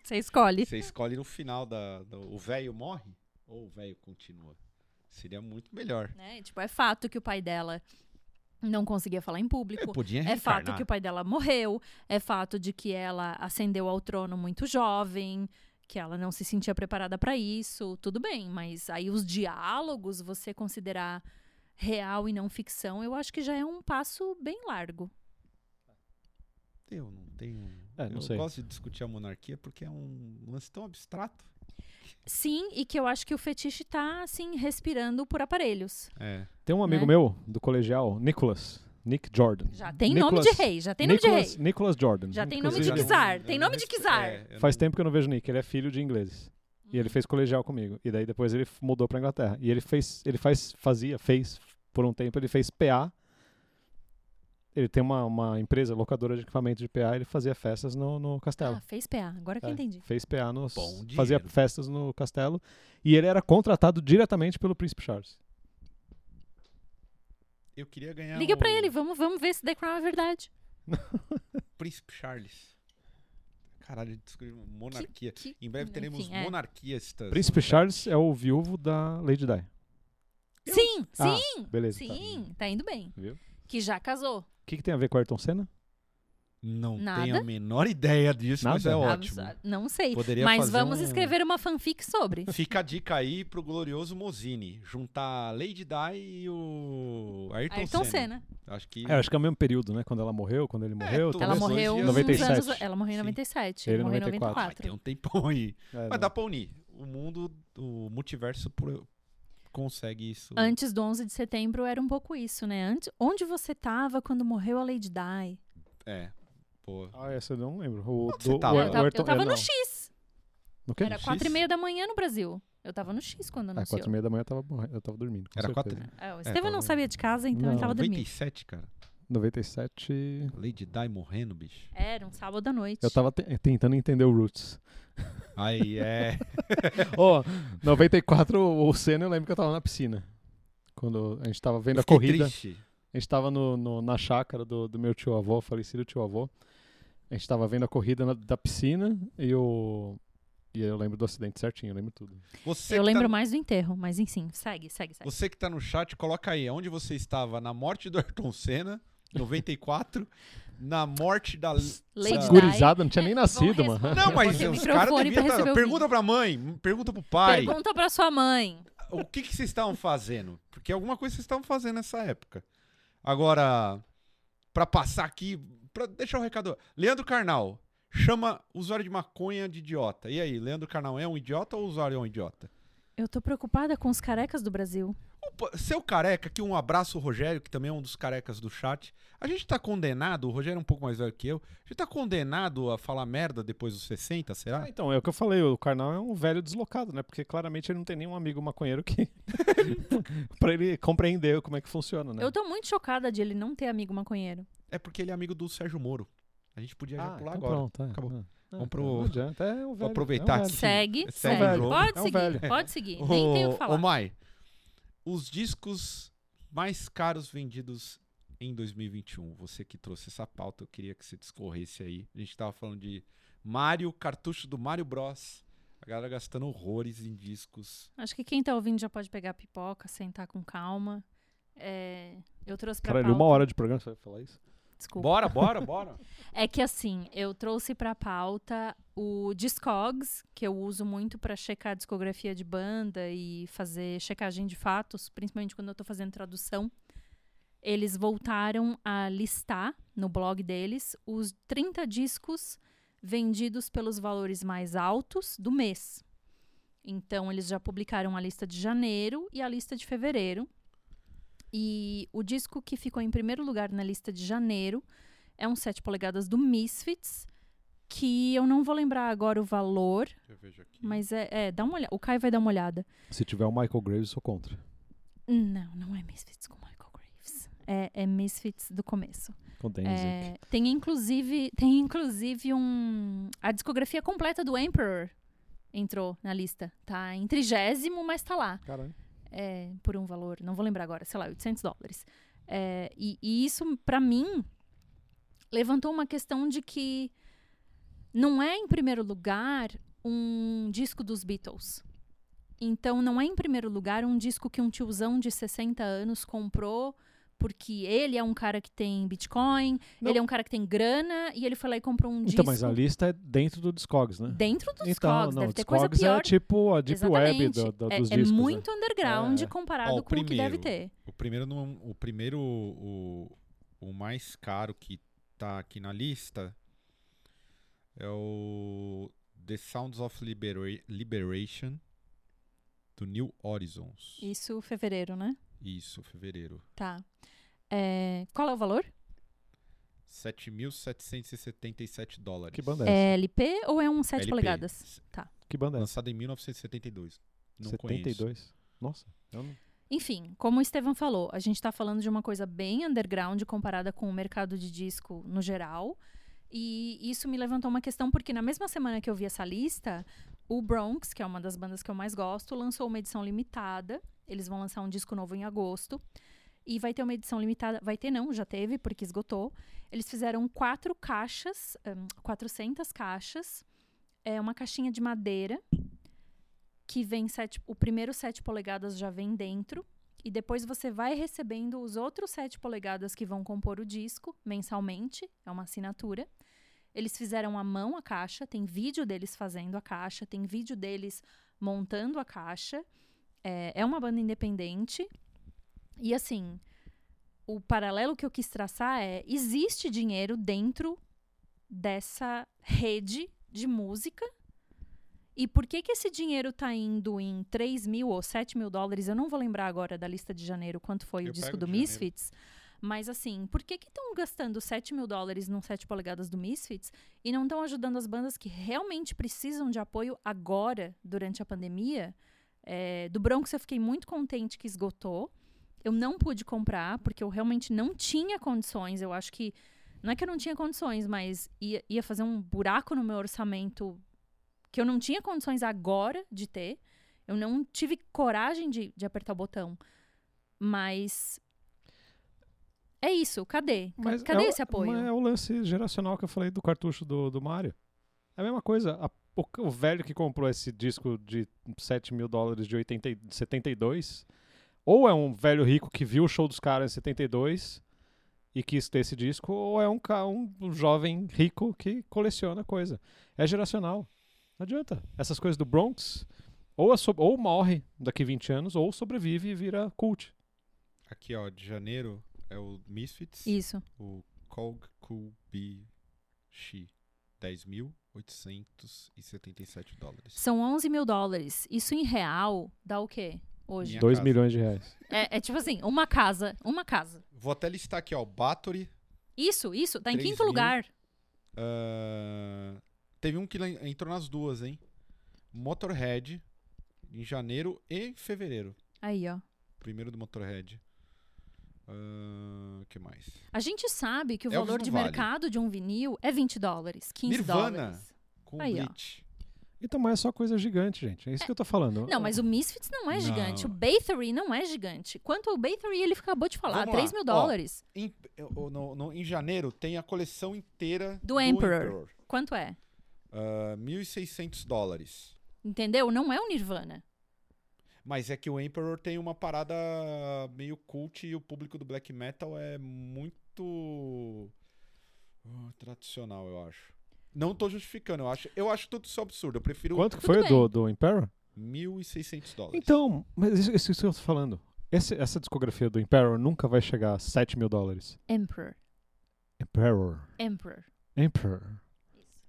Você escolhe.
Você escolhe no final da. da- o velho morre ou o velho continua. Seria muito melhor.
né? Tipo, é fato que o pai dela não conseguia falar em público.
podia
É fato
né?
que o pai dela morreu, é fato de que ela ascendeu ao trono muito jovem, que ela não se sentia preparada para isso, tudo bem, mas aí os diálogos você considerar real e não ficção, eu acho que já é um passo bem largo.
Eu não tenho.
É, não
eu
sei.
gosto de discutir a monarquia porque é um lance tão abstrato.
Sim, e que eu acho que o fetiche tá assim respirando por aparelhos.
É.
Tem um amigo
Né?
meu do colegial, Nicholas. Nick Jordan.
Já tem
Nicholas-
nome de rei, já tem nome de
Nicholas,
rei.
Nicholas Jordan.
Já tem nome de
Inclusive,
Eu não-
czar,
eu
tem
não
nome de
respe-
czar.
é, eu
Faz
não-
tempo que eu não vejo o Nick, ele é filho de ingleses. E
Hum.
ele fez colegial comigo. E daí depois ele f- mudou pra Inglaterra. E ele fez, ele faz, fazia, fez por um tempo, ele fez PA. Ele tem uma, uma empresa locadora de equipamento de PA, ele fazia festas no, no castelo.
Ah, fez PA, agora que eu
É,
entendi.
Fez PA nos.
Bom
Fazia
dinheiro.
festas no castelo. E ele era contratado diretamente pelo Príncipe Charles.
Eu queria
É
ganhar.
Liga
o
pra ele, vamos, vamos ver se The Crown é verdade.
Príncipe Charles. Caralho, descobrimos monarquia.
que-
em breve teremos
enfim, é.
monarquistas.
Príncipe Charles é o viúvo da Lady Di.
Sim, sim,
Ah, Beleza. tá.
Sim, tá indo bem.
Viu?
Que já casou.
O que, que tem a ver com o Ayrton Senna?
Não
Nada.
tenho a menor ideia disso, mas é
Nada.
ótimo.
Ah, Não sei.
Poderia
mas
fazer
vamos
um-
escrever uma fanfic sobre.
Fica a dica aí pro glorioso Mozini. Juntar a Lady Di e o Ayrton,
Ayrton
Senna.
Senna.
Acho que.
É, acho que é o mesmo período, né? Quando ela morreu, quando ele
É,
morreu.
tudo
Ela
Talvez
morreu
hoje
uns
em
dia-
anos. Ela morreu em
Sim.
97.
Ele em
morreu em
94.
Vai ter
94.
um tempão aí.
É,
Mas
não.
dá pra unir. O mundo, o multiverso pro- consegue isso.
Antes do 11 de setembro era um pouco isso, né? Antes, onde você tava quando morreu a Lady Di?
É. Pô.
Ah, essa eu não lembro. O,
você tava?
o
eu, tava, eu
Ayrton-
tava
é,
no
não.
X.
No quê?
Era
X?
4 e meia da manhã no Brasil. Eu tava no X quando
Ah,
anunciou.
quatro e meia da manhã eu tava, morrendo, eu tava dormindo. com
Era
certeza.
quatro.
É, o Estevam não
tava-
sabia de casa, então ele
Não.
tava dormindo.
97, cara.
97.
Lady Di morrendo, bicho.
Era um sábado à noite.
Eu tava te- eh, tentando entender o Roots.
Aí é.
Ó, 94, o Senna, eu lembro que eu tava na piscina. Quando a gente tava vendo
Eu
a
fiquei
corrida.
Triste.
A gente tava no, no- na chácara do, do meu tio-avó, falecido tio-avó. A gente tava vendo a corrida na- da piscina e o. E eu lembro do acidente certinho, eu lembro tudo.
Você
Eu
que
lembro
tá...
mais do enterro, mas enfim, segue, segue, segue.
Você que tá no chat, coloca aí onde você estava na morte do Ayrton Senna, 94, na morte da.
Lady
Essa
Di.
Gurizada, não tinha nem
Vão
nascido, mano.
responder.
Não, mas
Botei o
os caras
microfone pra
deviam
receber
estar.
o
Pergunta pra mãe, pergunta pro pai.
Pergunta pra sua mãe.
O que, que vocês estavam fazendo? Porque alguma coisa vocês estavam fazendo nessa época. Agora, pra passar aqui, pra deixar o recado. Leandro Carnal, chama usuário de maconha de idiota. E aí, Leandro Carnal é um idiota ou o usuário é um idiota?
Eu tô preocupada com os carecas do Brasil.
Opa, Seu careca, aqui um abraço, o Rogério, que também é um dos carecas do chat. A gente tá condenado, o Rogério é um pouco mais velho que eu, a gente tá condenado a falar merda depois dos 60,
Ah,
será?
então, é o que eu falei, o Karnal é um velho deslocado, né? Porque claramente ele não tem nenhum amigo maconheiro que. pra ele compreender como é que funciona, né?
Eu tô muito chocada de ele não ter amigo maconheiro.
É porque ele é amigo do Sérgio Moro. A gente podia já
ah,
pular
então
agora.
pronto, é.
Acabou.
Ah,
Vamos
ah,
pro-
Não adianta, é um velho. é um
aproveitar
velho.
Sim,
Segue,
é
segue.
sério, João.
Pode
É um
seguir,
velho.
pode seguir.
Ô,
Nem tenho o que
ô,
falar.
Mai, os discos mais caros vendidos em 2021. Você que trouxe essa pauta, eu queria que você discorresse aí. A gente tava falando de Mario, cartucho do Mario Bros. A galera gastando horrores em discos.
Acho que quem tá ouvindo já pode pegar a pipoca, sentar com calma. É, eu trouxe pra
Caralho,
pauta.
uma hora de programa, você vai falar isso?
Desculpa.
Bora, bora, bora.
É que assim, eu trouxe pra pauta o Discogs, que eu uso muito pra checar a discografia de banda e fazer checagem de fatos, principalmente quando eu tô fazendo tradução. Eles voltaram a listar no blog deles os 30 discos vendidos pelos valores mais altos do mês. Então, eles já publicaram a lista de janeiro e a lista de fevereiro. E o disco que ficou em primeiro lugar na lista de janeiro É um 7 polegadas do Misfits, que eu não vou lembrar agora o valor,
Eu vejo aqui.
mas é, é, dá uma olhada. O Caio vai dar uma olhada.
Se tiver o Michael Graves, eu sou contra.
Não, não é Misfits com Michael Graves. É, é Misfits do começo.
Contém
É, tem inclusive, tem inclusive um a discografia completa do Emperor entrou na lista. Tá em trigésimo, mas tá lá.
Caralho.
é, por um valor, não vou lembrar agora, sei lá, 800 dólares. É, e, e isso, pra mim, levantou uma questão de que não é, em primeiro lugar, um disco dos Beatles. Então, não é, em primeiro lugar, um disco que um tiozão de 60 anos comprou porque ele é um cara que tem Bitcoin,
Não.
ele é um cara que tem grana, e ele foi lá e comprou um disco
Então, mas a lista é dentro do Discogs, né?
dentro
então,
dos Discogs.
não,
Deve
o
ter coisa
Discogs
pior.
é tipo a Deep Web
Exatamente.
do- do-
é,
dos
é
discos. né?
muito underground
É.
comparado
Ó, o
com o que deve
primeiro.
ter.
O primeiro não, é um, o primeiro o, o mais caro que tá aqui na lista é o The Sounds of Libera- Liberation do New Horizons.
Isso fevereiro, né?
Isso, fevereiro.
Tá. É, qual é o valor?
7.777 dólares.
Que banda é?
É LP ou é um 7
LP.
polegadas? Tá.
S-
Que banda é?
Lançado em 1972. Não conheço.
72. Nossa. eu não-
Enfim, como o Estevam falou, a gente tá falando de uma coisa bem underground comparada com o mercado de disco no geral. E isso me levantou uma questão, porque na mesma semana que eu vi essa lista, o Bronx, que é uma das bandas que eu mais gosto, lançou uma edição limitada. Eles vão lançar um disco novo em agosto. E vai ter uma edição limitada. Vai ter, não, já teve, porque esgotou. Eles fizeram quatro caixas, ahn, 400 caixas. É uma caixinha de madeira, que vem sete, o primeiro 7 polegadas já vem dentro. E depois você vai recebendo os outros 7 polegadas que vão compor o disco mensalmente, é uma assinatura. Eles fizeram à mão a caixa, tem vídeo deles fazendo a caixa, tem vídeo deles montando a caixa. É, é uma banda independente. E assim, o paralelo que eu quis traçar é: existe dinheiro dentro dessa rede de música. E por que que esse dinheiro tá indo em 3 mil ou 7 mil dólares? Eu não vou lembrar agora da lista de janeiro quanto foi
Eu
o disco
pego
do
de janeiro.
Misfits. Mas assim, por que que estão gastando 7 mil dólares num 7 polegadas do Misfits e não estão ajudando as bandas que realmente precisam de apoio agora, durante a pandemia? É, do Bronx eu fiquei muito contente que esgotou. Eu não pude comprar, porque eu realmente não tinha condições. Eu acho que. Não é que eu não tinha condições, mas ia, ia fazer um buraco no meu orçamento que eu não tinha condições agora de ter. Eu não tive coragem de, de apertar o botão. Mas. É isso, cadê? Ca-
Mas
cadê
é o-
esse apoio?
mas É o lance geracional que eu falei do cartucho do, do Mario. É a mesma coisa. a- o, o velho que comprou esse disco de 7 mil dólares de 80, e- de 72, ou é um velho rico que viu o show dos caras em 72 e quis ter esse disco, ou é um, ca- um, um jovem rico que coleciona coisa. É geracional. Não adianta. Essas coisas do Bronx, ou, a so- ou morre daqui 20 anos, ou sobrevive e vira cult.
Aqui, ó, de janeiro é o Misfits.
Isso.
O Kog Kubi Shi. 10.877 dólares.
São 11 mil dólares. Isso em real dá o quê hoje?
Minha
2
casa.
milhões de reais.
É, é tipo assim, uma casa. Uma casa.
Vou até listar aqui, ó. Battery.
Isso, isso. Tá em
Três
quinto
mil.
lugar.
ah, Teve um que lan- entrou nas duas, hein? Motorhead. Em janeiro e fevereiro.
Aí, ó.
Primeiro do Motorhead. O que mais?
A gente sabe que o
Elvis
valor
não
de
vale.
mercado de um vinil é 20 dólares, 15
Nirvana.
dólares.
Com
Aí, ó.
Bleach.
Então, mas é só coisa gigante, gente. É isso que eu tô falando.
Não, mas o Misfits não é
Não.
gigante. O Bathory não é gigante. Quanto ao Bathory, ele acabou de falar,
Vamos
3
lá.
mil
Ó.
dólares.
Em, eu- eu- no- no- em janeiro tem a coleção inteira
Do Emperor. Quanto é?
Ah, 1.600 dólares.
Entendeu? Não é o Nirvana.
Mas é que o Emperor tem uma parada meio cult e o público do black metal é muito ah, tradicional, eu acho. Não tô justificando, eu acho. Eu acho tudo isso absurdo. Eu prefiro
Quanto que
Tudo
foi o
bem.
do, do Imperial?
1.600 dólares.
Então, mas isso, isso, isso que eu tô falando. Esse- essa discografia do Imperial nunca vai chegar a 7 mil dólares.
Emperor.
Emperor.
Emperor.
Emperor.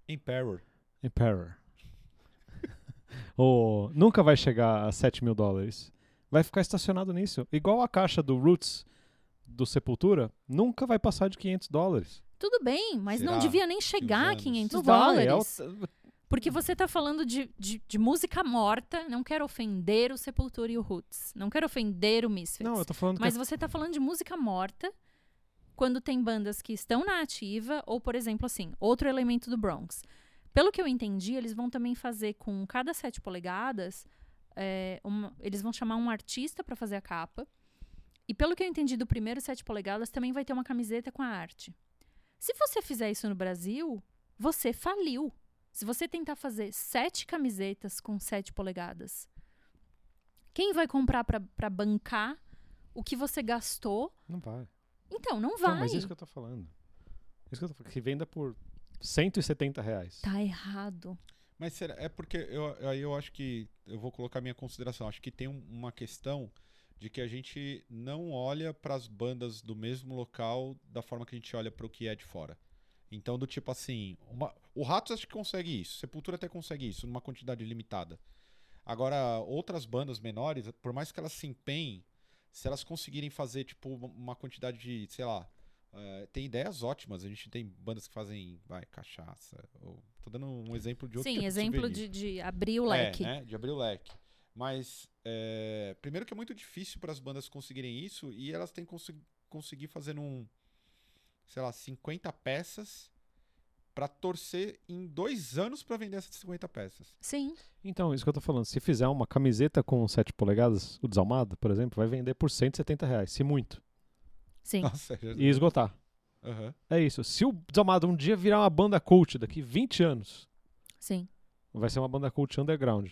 Emperor.
Emperor. Ou nunca vai chegar a 7 mil dólares. Vai ficar estacionado nisso. Igual a caixa do Roots do Sepultura, nunca vai passar de 500 dólares.
Tudo bem, mas não
Será?
devia nem chegar a
anos.
500
Não vai, é o-
dólares. Porque você tá falando de, de, de música morta. Não quero ofender o Sepultura e o Roots. Não quero ofender o Misfits.
Não, eu tô falando
Mas
que é
você tá falando de música morta quando tem bandas que estão na ativa, ou, por exemplo, assim, outro elemento do Bronx. Pelo que eu entendi, eles vão também fazer com cada 7 polegadas. é, uma- eles vão chamar um artista para fazer a capa. E pelo que eu entendi do primeiro 7 polegadas, também vai ter uma camiseta com a arte. Se você fizer isso no Brasil, você faliu. Se você tentar fazer sete camisetas com 7 polegadas, quem vai comprar para bancar o que você gastou.
não vai.
Então, não
Então,
vai.
mas isso que eu tô falando. É Isso que eu tô falando. Que venda por 170 reais.
Tá errado.
Mas será, é porque eu, aí eu acho que eu vou colocar minha consideração. Acho que tem um- uma questão de que a gente não olha para as bandas do mesmo local da forma que a gente olha para o que é de fora. Então, do tipo assim, uma- o Ratos acho que consegue isso, Sepultura até consegue isso, numa quantidade limitada. Agora, outras bandas menores, por mais que elas se empenhem, se elas conseguirem fazer, tipo, uma- uma quantidade de, sei lá, eh, tem ideias ótimas. A gente tem bandas que fazem, vai, cachaça. Ou, tô dando um exemplo de outro
Sim,
tipo
exemplo
de souvenir.
de, de abrir o
É,
leque.
né, de abrir o leque. Mas, é, primeiro que é muito difícil para as bandas conseguirem isso e elas têm que consi- conseguir fazer um, sei lá, 50 peças para torcer em dois anos para vender essas 50 peças.
Sim.
Então, isso que eu tô falando. Se fizer uma camiseta com 7 polegadas, o desalmado, por exemplo, vai vender por 170 reais, se muito.
Sim.
Ah.
Nossa, já-
E esgotar.
Aham.
É isso. Se o desalmado um dia virar uma banda cult daqui 20 anos,
Sim.
vai ser uma banda cult underground.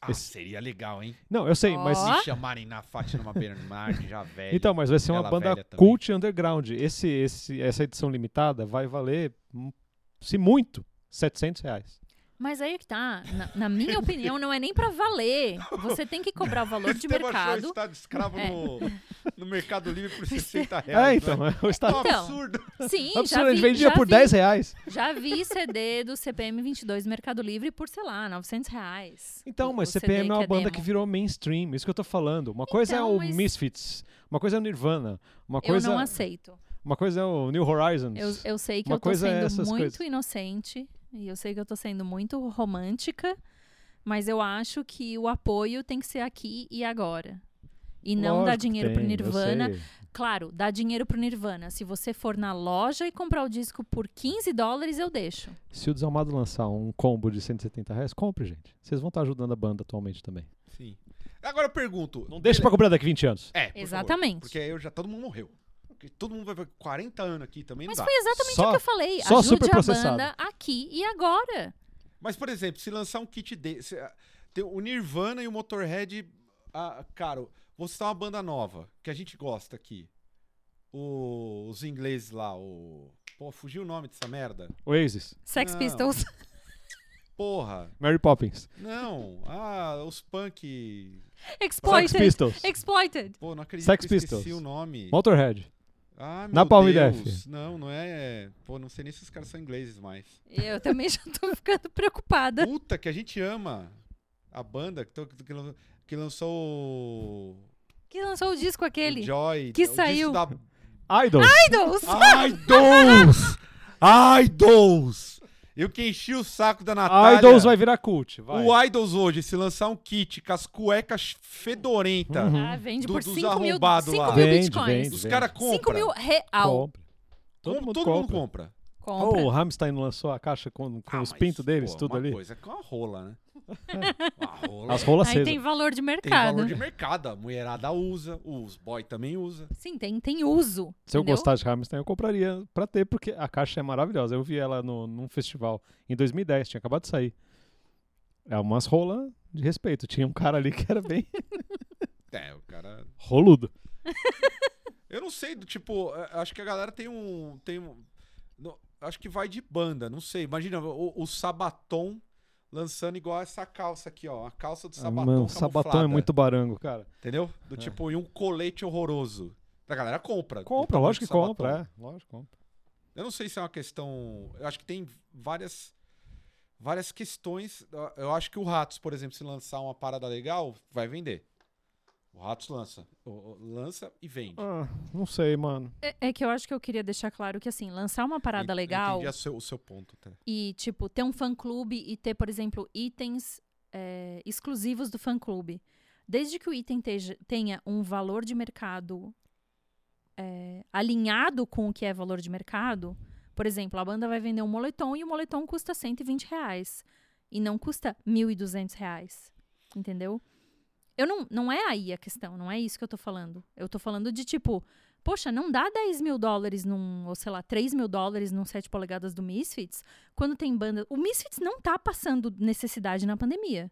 Ah,
Esse-
seria legal, hein?
Não, eu sei, mas.
Ó.
Se chamarem na Fátima Bernard já velha.
Então, mas vai ser uma
Ela
banda
velha também.
cult underground. Esse, esse, essa edição limitada vai valer, hum, se muito, 700 reais.
Mas aí que tá. Na, na minha opinião, não é nem pra valer. Você tem que cobrar o valor de
Estevam achou
mercado.
estado escravo
É.
no, no Mercado Livre por 60 reais.
É,
né?
então. é o
É
estado.
um
Então,
absurdo.
Sim, já
Absurdo, a
vi,
gente vendia
já
por
vi,
10 reais.
Já vi CD do CPM 22 do Mercado Livre por, sei lá, 900 reais.
Então,
O-
mas
o
CPM
CD
é uma
que
banda
demo.
que virou mainstream, é isso que eu tô falando. Uma coisa
Então,
é o
mas-
Misfits, uma coisa é o Nirvana, uma
Eu
coisa,
não aceito.
uma coisa é o New Horizons.
Eu, eu sei que
Uma
eu tô
coisa é
sendo
essas
muito
coisas.
inocente e eu sei que eu tô sendo muito romântica, mas eu acho que o apoio tem que ser aqui e agora. E não dar
Lógico que
dinheiro pro
tem, eu
Nirvana.
sei.
Claro, dar dinheiro pro Nirvana. Se você for na loja e comprar o disco por 15 dólares, eu deixo.
Se o Desalmado lançar um combo de 170 reais, compre, gente. Vocês vão estar ajudando a banda atualmente também.
Sim. Agora eu pergunto.
Não deixa pra comprar daqui 20 anos.
É, por favor,
Exatamente.
porque aí eu já todo mundo morreu. Porque todo mundo vai ver 40 anos aqui também
Mas
não dá.
foi exatamente
Só-
o que eu falei.
só
Ajude a
superprocessado.
banda aqui e agora.
Mas, por exemplo, se lançar um kit desse. ah, tem O Nirvana e o Motorhead. Ah, cara, vou citar uma banda nova que a gente gosta aqui. O- os ingleses lá, o. Pô, fugiu o nome dessa merda.
Oasis,
Sex
Não.
Pistols.
Porra.
Mary Poppins,
Não. Ah, os punk.
Sex
Exploited.
Pistols,
Exploited.
Pô, não acredito
Sex
que eu esqueci
Pistols.
o nome.
Motorhead.
Ah, meu
Napalm
Deus.
Death.
Não, não é. Pô, não sei nem se os caras são ingleses mais.
Eu também já tô ficando preocupada.
Puta, que a gente ama. A banda que, to- que lan- que lançou o.
Que lançou o disco aquele.
o Joy.
que
o disco
saiu.
Da...
Idols.
Idols.
Ah,
Idols! Idols! Eu que enchi o saco da Natália.
Idols vai virar cult, vai.
O Idols hoje, se lançar um kit com as cuecas fedorenta,
Uhum.
Ah, vende
Do-
por
dos
5 mil,
arrombado lá.
cinco mil
Vende,
bitcoins.
vende.
os caras
5
compram.
mil real.
Compre.
Com-
Todo mundo compra.
compra.
Compra.
Oh, o Rammstein lançou a caixa com, com
Ah,
os
mas,
pintos deles,
pô,
tudo
uma
ali.
coisa com a rola, né? a rola é
As rolas
Aí
cedo.
tem valor de
tem
mercado.
valor de mercado. A mulherada usa, os boy também usa.
Sim, tem, tem uso.
Se eu
entendeu?
gostasse de Rammstein, eu compraria pra ter, porque a caixa é maravilhosa. Eu vi ela no, num festival em 2010, tinha acabado de sair. É umas rolas de respeito. Tinha um cara ali que era bem
É, o cara
roludo.
Eu não sei, do tipo, a- acho que a galera tem um. Tem um no- acho que vai de banda, não sei. Imagina o, o Sabaton lançando igual essa calça aqui, ó. A calça do Sabaton.
Mano, sabatão é
camuflada,
muito É. barango, cara.
Entendeu? Do tipo, e um colete horroroso. A galera compra. do
Compra,
tamanho
Então, lógico
do
que
Sabaton.
compra, é. Lógico, compra.
Eu não sei se é uma questão. Eu acho que tem várias. Várias questões. Eu acho que o Ratos, por exemplo, se lançar uma parada legal, vai vender. O Ratos lança. O- o- lança e vende.
Ah, não sei, mano.
É, é que eu acho que eu queria deixar claro que, assim, lançar uma parada
Eu
legal
Entendi a seu- o seu ponto, tá?
e, tipo, ter um fã-clube e ter, por exemplo, itens é, exclusivos do fã-clube. Desde que o item teja- tenha um valor de mercado é, alinhado com o que é valor de mercado, por exemplo, a banda vai vender um moletom e o moletom custa 120 reais. E não custa 1.200 reais. Entendeu? Eu não, não é aí a questão, não é isso que eu tô falando. Eu tô falando de tipo, poxa, não dá 10 mil dólares num, ou sei lá, 3 mil dólares num 7 polegadas do Misfits, quando tem banda. O Misfits não tá passando necessidade na pandemia.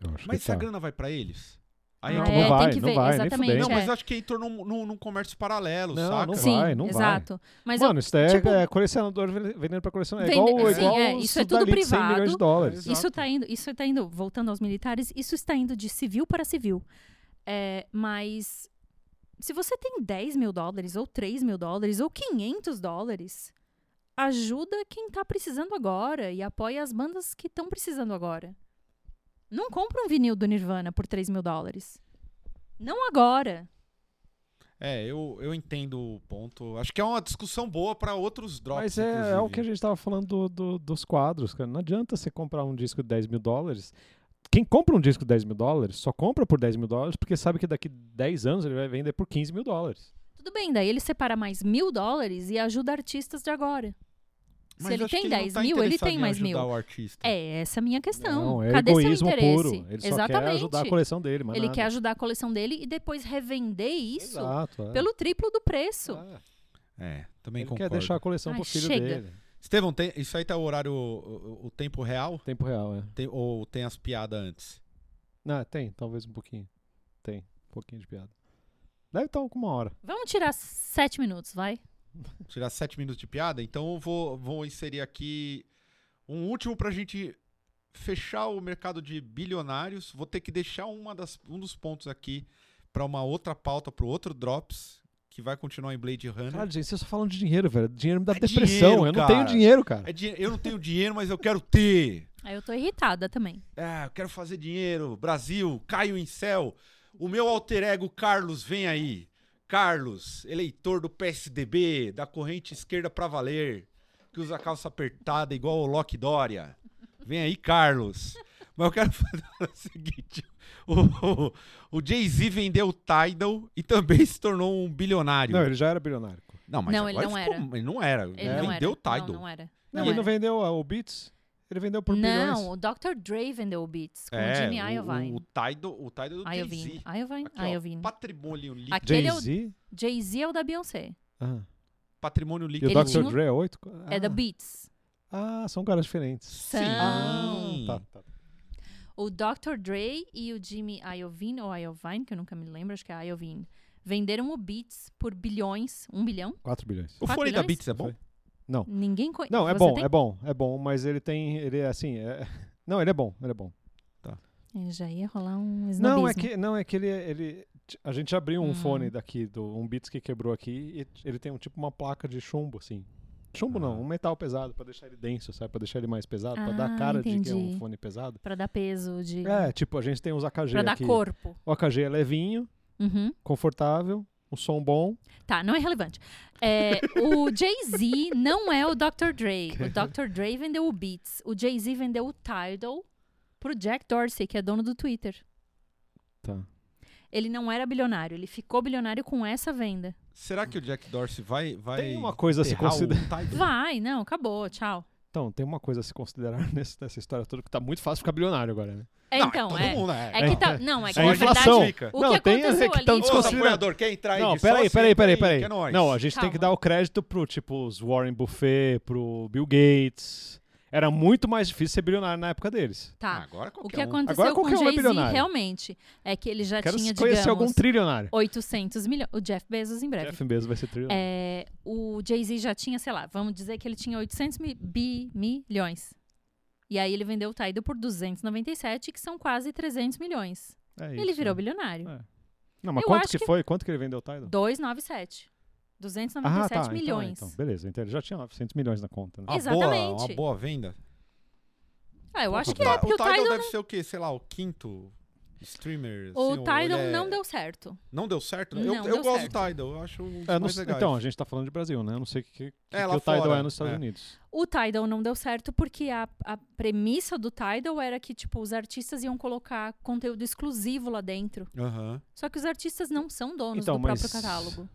Eu acho
Mas
que
se a
tá.
grana vai pra eles?
Aí não
é, tem
vai,
que
não
ver,
vai, nem
exatamente.
fudendo.
Não,
é.
mas eu acho que entrou num, num, num comércio paralelo,
Não,
saca?
não
Sim,
vai, não vai.
exato. Mas eu-
Mano, isso é,
tipo-
é colecionador ven- vendendo pra colecionador. É
Vende-
igual,
sim,
igual
é,
os
isso é tudo
Dali de 100 milhões de
privado.
dólares.
Isso tá indo, isso tá indo, voltando aos militares, isso está indo de civil para civil. É, mas se você tem 10 mil dólares, ou 3 mil dólares, ou 500 dólares, ajuda quem tá precisando agora e apoia as bandas que estão precisando agora. Não compra um vinil do Nirvana por 3 mil dólares. Não agora.
É, eu, eu entendo o ponto. Acho que é uma discussão boa pra outros drops.
Mas é, é o que a
inclusive.
gente tava falando do- do- dos quadros, cara. Não adianta você comprar um disco de 10 mil dólares. Quem compra um disco de 10 mil dólares só compra por 10 mil dólares porque sabe que daqui 10 anos ele vai vender por 15 mil dólares.
Tudo bem, daí ele separa mais mil dólares e ajuda artistas de agora.
Mas
se ele
acho que
tem
não
10
tá
mil, ele
interessado
tem
em
mais
ajudar
mil.
O artista.
É essa a minha questão.
não, é
Cadê
egoísmo
seu interesse?
puro. Ele só
Exatamente.
quer ajudar a coleção dele, mas
Ele
nada.
quer ajudar a coleção dele e depois revender isso
Exato, é.
pelo triplo do preço.
É.
É, também
Ele
concordo.
quer deixar a coleção
Ai,
pro filho
chega.
dele.
Estevão, tem- isso aí tá o horário, o, o- o tempo real?
Tempo real, é.
Tem- ou tem as piadas antes?
Não, tem, talvez um pouquinho. Tem, um pouquinho de piada. Deve estar com uma hora.
Vamos tirar sete minutos, vai.
Tirar sete minutos de piada? Então eu vou, vou inserir aqui um último pra gente fechar o mercado de bilionários. Vou ter que deixar uma das, um dos pontos aqui pra uma outra pauta, pro outro Drops, que vai continuar em Blade Runner.
Caralho, gente, vocês só falam de dinheiro, velho. Dinheiro me dá
É
depressão.
dinheiro,
eu não
cara.
tenho dinheiro, cara.
É dinhe- eu não tenho dinheiro, mas eu quero ter.
Aí eu tô irritada também.
Ah, eu quero fazer dinheiro. Brasil, Caio em céu. O meu alter ego Carlos vem aí. Carlos, eleitor do PSDB, da corrente esquerda pra valer, que usa calça apertada igual o Loki Dória. Vem aí, Carlos. Mas eu quero falar o seguinte: o, o- o Jay-Z vendeu o Tidal e também se tornou um bilionário.
Não, ele já era bilionário.
Não, mas
Não, ele
agora
não
ficou-
era.
Ele não era.
Ele
ele
não
vendeu o
era.
Tidal.
Não, não era.
É, Não,
Não
ele
era.
não vendeu ah, o Beats? Ele vendeu por bilhões. É,
Não, o Dr. Dre vendeu o Beats com o Jimmy
É, O,
Iovine.
o Tidal, o Tidal do Jay-Z.
Iovine. Iovine?
Aqui, ó,
Iovine.
patrimônio líquido.
Aqui- Aquele é o-
Jay-Z?
Jay-Z é o da Beyoncé.
Ah.
Patrimônio
E o
líquido.
Ele
Dr.
tinha um-
Dre é 8? Ah.
É da Beats.
Ah, são caras diferentes.
Sim.
São.
Ah, tá, tá.
O Dr. Dre e o Jimmy Iovine, ou Iovine, que eu nunca me lembro, acho que é Iovine, venderam o Beats por bilhões, um bilhão.
4 bilhões.
O fone
Quatro
da
milhões?
Beats é bom?
Ninguém conhece.
Não, é bom, é bom, é bom, mas ele tem. Ele é assim. é- Não, ele é bom, ele é bom.
É, Já ia rolar um snobismo.
é Não, é que, não, é que ele, ele. A gente abriu um
Hum.
fone daqui, do, um Beats que quebrou aqui, e ele tem um tipo uma placa de chumbo, assim. Chumbo não, um metal pesado, pra deixar ele denso, sabe? Pra deixar ele mais pesado, pra dar a
Ah,
cara de que é um
entendi.
fone pesado.
Pra dar peso, de...
É, tipo, a gente tem os AKG
pra dar
aqui.
corpo.
O AKG é levinho,
Uhum.
confortável, um som bom.
Tá, não é relevante. É, o Jay-Z não é o Dr. Dre. O Dr. Dre vendeu o Beats. O Jay-Z vendeu o Tidal pro Jack Dorsey, que é dono do Twitter.
Tá.
Ele não era bilionário, ele ficou bilionário com essa venda.
Será que o Jack Dorsey vai. vai
Tem uma coisa a se
enterrar o
considerar.
Tidal?
Vai, não, acabou, tchau.
Então, tem uma coisa a se considerar nesse- nessa história toda, que tá muito fácil ficar bilionário agora, né?
É,
Não,
então,
todo
é.
mundo, é.
É que tá. Não, é que
É
na
inflação.
verdade. O
Não,
que
tem- é
aconteceu
que
ali.
tão
Ô,
desconsiderado.
apoiador, quer entrar aí?
Não,
de
peraí,
sócio?
peraí,
Entra
peraí,
aí,
peraí.
que é nóis.
Não, a gente tem
Calma.
que dar o crédito pro, tipo, os Warren Buffet, pro Bill Gates. Era muito mais difícil ser bilionário na época deles.
Tá.
Agora
O
qualquer
que
um.
aconteceu
Agora
com o
qualquer um é
Jay-Z
bilionário.
realmente é que ele já
Quero
tinha,
conhecer
digamos,
algum trilionário.
800 milhões. O Jeff Bezos em breve.
Jeff Bezos vai ser trilionário.
É, o Jay-Z já tinha, sei lá, vamos dizer que ele tinha 800 mi- bi- milhões. E aí ele vendeu o Tidal por 297, que são quase 300 milhões.
É
ele
isso,
virou
né?
bilionário.
Não, mas
Eu
quanto
acho
que,
que-
foi? Quanto que ele vendeu o Tidal?
297. 297
então é,
milhões.
Então, beleza, então ele já tinha 900 milhões na conta. Né?
Uma
Exatamente.
Boa, uma boa venda.
Ah, eu acho
O
que é,
Ti-
tá
porque
o
o
Tidal
Tidal...
deve ser o quê? Sei lá, o quinto Streamer.
O
assim,
Tidal
ele é-
não deu certo.
Não deu certo? né? eu
Não
eu
deu
gosto do
certo.
Tidal, eu acho um dos
É, não
mais
sei-
legais.
então, a gente tá falando de Brasil, né? Eu não sei o que, que,
É,
que
lá
o Tidal
fora,
é nos Estados
é.
Unidos.
O Tidal não deu certo porque a, a premissa do Tidal era que, tipo, os artistas iam colocar conteúdo exclusivo lá dentro.
Aham.
Só que os artistas não são donos
Então,
do
mas-
próprio catálogo.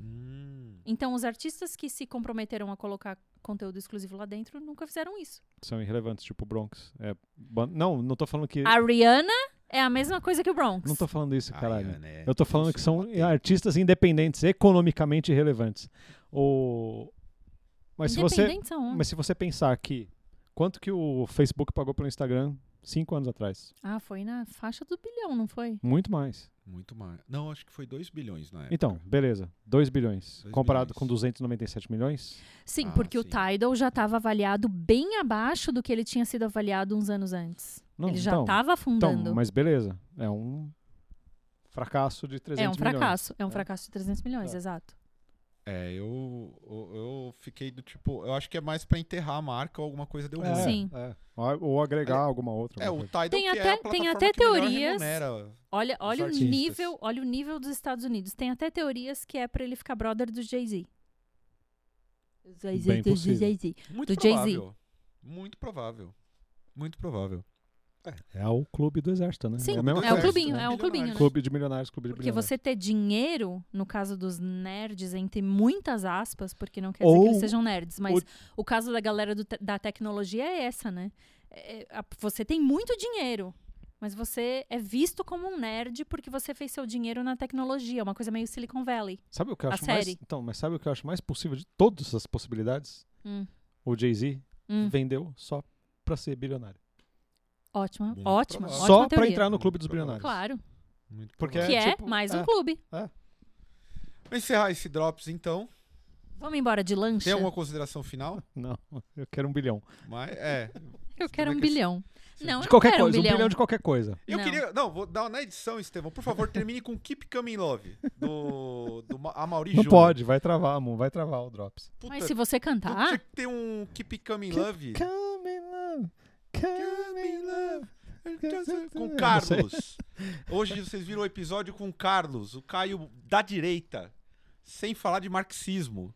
Hum.
Então, os artistas que se comprometeram a colocar conteúdo exclusivo lá dentro nunca fizeram isso.
São irrelevantes, tipo Bronx. É, ban- não, não tô falando que.
A Rihanna é a mesma coisa que o Ah, Bronx.
Não tô falando isso, caralho.
Ai, né?
Eu tô falando que são artistas independentes, economicamente relevantes. O... Mas, se você,
Independentes aonde?
mas se você pensar que quanto que o Facebook pagou pelo Instagram cinco anos atrás?
Ah, foi na faixa do bilhão, não foi?
Muito mais.
Muito mais. Não, acho que foi 2 bilhões na época.
Então, beleza. 2 bilhões.
É, Dois
comparado
bilhões.
com 297 milhões?
Sim,
Ah,
porque o
sim.
Tidal já estava avaliado bem abaixo do que ele tinha sido avaliado uns anos antes.
Não,
ele já tá
então,
estava afundando.
Então, mas beleza. É um fracasso de 300
é um fracasso. É um
né?
fracasso de 300 milhões,
É.
exato.
É, eu, eu, eu fiquei do tipo. Eu acho que é mais pra enterrar a marca ou alguma coisa deu
milhões. É,
ruim.
Sim.
é. Ou ou agregar alguma outra.
É, o
alguma coisa.
Tidal
Tem
que é
até-
a
tem
plataforma
até
que melhor
teorias.
remunera.
Olha, olha o
artistas.
nível, olha o nível dos Estados Unidos. Tem até teorias que é para ele ficar brother do Jay-Z. Jay-Z,
Bem
do
possível.
Jay-Z.
Muito
Do Jay-Z.
provável. Muito provável. Muito provável.
É o clube do exército, né?
Sim,
a mesma
é o
coisa,
clubinho,
né?
é o clubinho, né?
Clube de milionários, clube de
Porque
bilionários.
você ter dinheiro, no caso dos nerds, entre muitas aspas, porque não quer
Ou
dizer que eles sejam nerds, mas o caso da galera do te- da tecnologia é essa, né? É, é, a- você tem muito dinheiro, mas você é visto como um nerd porque você fez seu dinheiro na tecnologia, uma coisa meio Silicon Valley.
Sabe o que eu
A
acho mais?
série.
Então, mas sabe o que eu acho mais possível de todas as possibilidades?
Hum.
O Jay-Z
Hum,
vendeu só pra ser bilionário.
ótima,
Muito
ótima,
provável.
ótima
só pra
teoria.
entrar no
Muito
clube dos
provável.
bilionários.
Claro,
Muito
Porque
provável.
que é,
tipo,
mais um
é.
clube.
Vamos encerrar esse Drops então.
Vamos embora de lanche?
Tem alguma consideração final?
Não, eu quero um bilhão.
Mas, é.
Eu quero
Como
um
é que-
bilhão. Não,
assim, de
eu
qualquer
não quero
coisa,
um bilhão.
de qualquer coisa.
Eu
Não.
queria. Não, vou dar na edição, Estevão. Por favor, termine com Keep Coming Love. Do, do Ma- Amaury
Não
Júnior.
pode, vai travar, amor, vai travar o Drops.
Puta,
Mas se tá. você
tu
cantar...
tinha que ter um Keep Coming
Keep
Love.
Come in love, come in love.
Com
Eu não
Carlos. Hoje vocês viram o episódio com o Carlos, o Caio da direita. Sem falar de marxismo.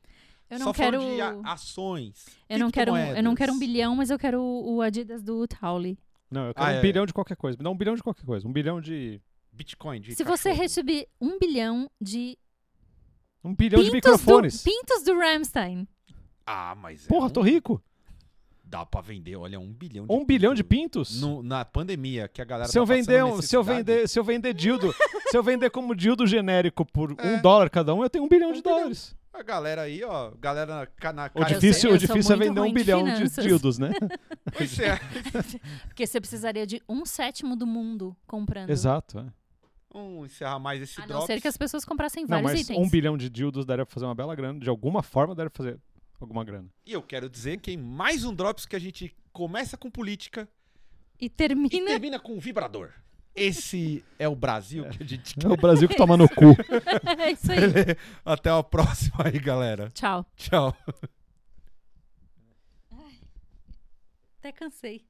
Eu não
Só
quero.
falando de a- ações.
Eu não quero, um- eu não quero um
criptomoedas.
bilhão, mas eu quero o o Adidas do Tauli.
Não, eu quero
Ah,
um
é.
bilhão de qualquer coisa. Me dá um bilhão de qualquer coisa. Um bilhão de.
Bitcoin. de
Se você
cachorro.
receber um bilhão de
Um bilhão de
pintos, do,
microfones.
pintos do Ramstein.
Ah, mas. é
Porra,
um-
tô rico.
Dá pra vender, olha, um bilhão de
Um bilhão de
pintos.
pintos.
No- na pandemia que a galera
Se eu,
tá
vender,
passando
um- se, eu
necessidade,
vender, se eu vender dildo, se eu vender como dildo genérico por
É.
um dólar cada um, eu tenho um bilhão de
bilhão.
dólares.
a galera aí ó galera na, ca- na
O
cara
difícil,
eu
o
sou
difícil é
muito
vender um
ruim de
bilhão de,
finanças.
dildos, né?
Pois é.
Porque você precisaria de um sétimo do mundo comprando.
Exato. é.
vamos encerrar mais esse
A não
drops
ser que as pessoas comprassem
Não,
vários
mas
itens.
um bilhão de dildos daria pra fazer uma bela grana. De alguma forma daria pra fazer alguma grana.
e eu quero dizer que em mais um drops que a gente começa com política
E
e
termina.
termina com um vibrador esse é o Brasil que a gente
É o Brasil que toma no cu.
é isso aí.
até a próxima aí galera
Tchau.
tchau
Até cansei.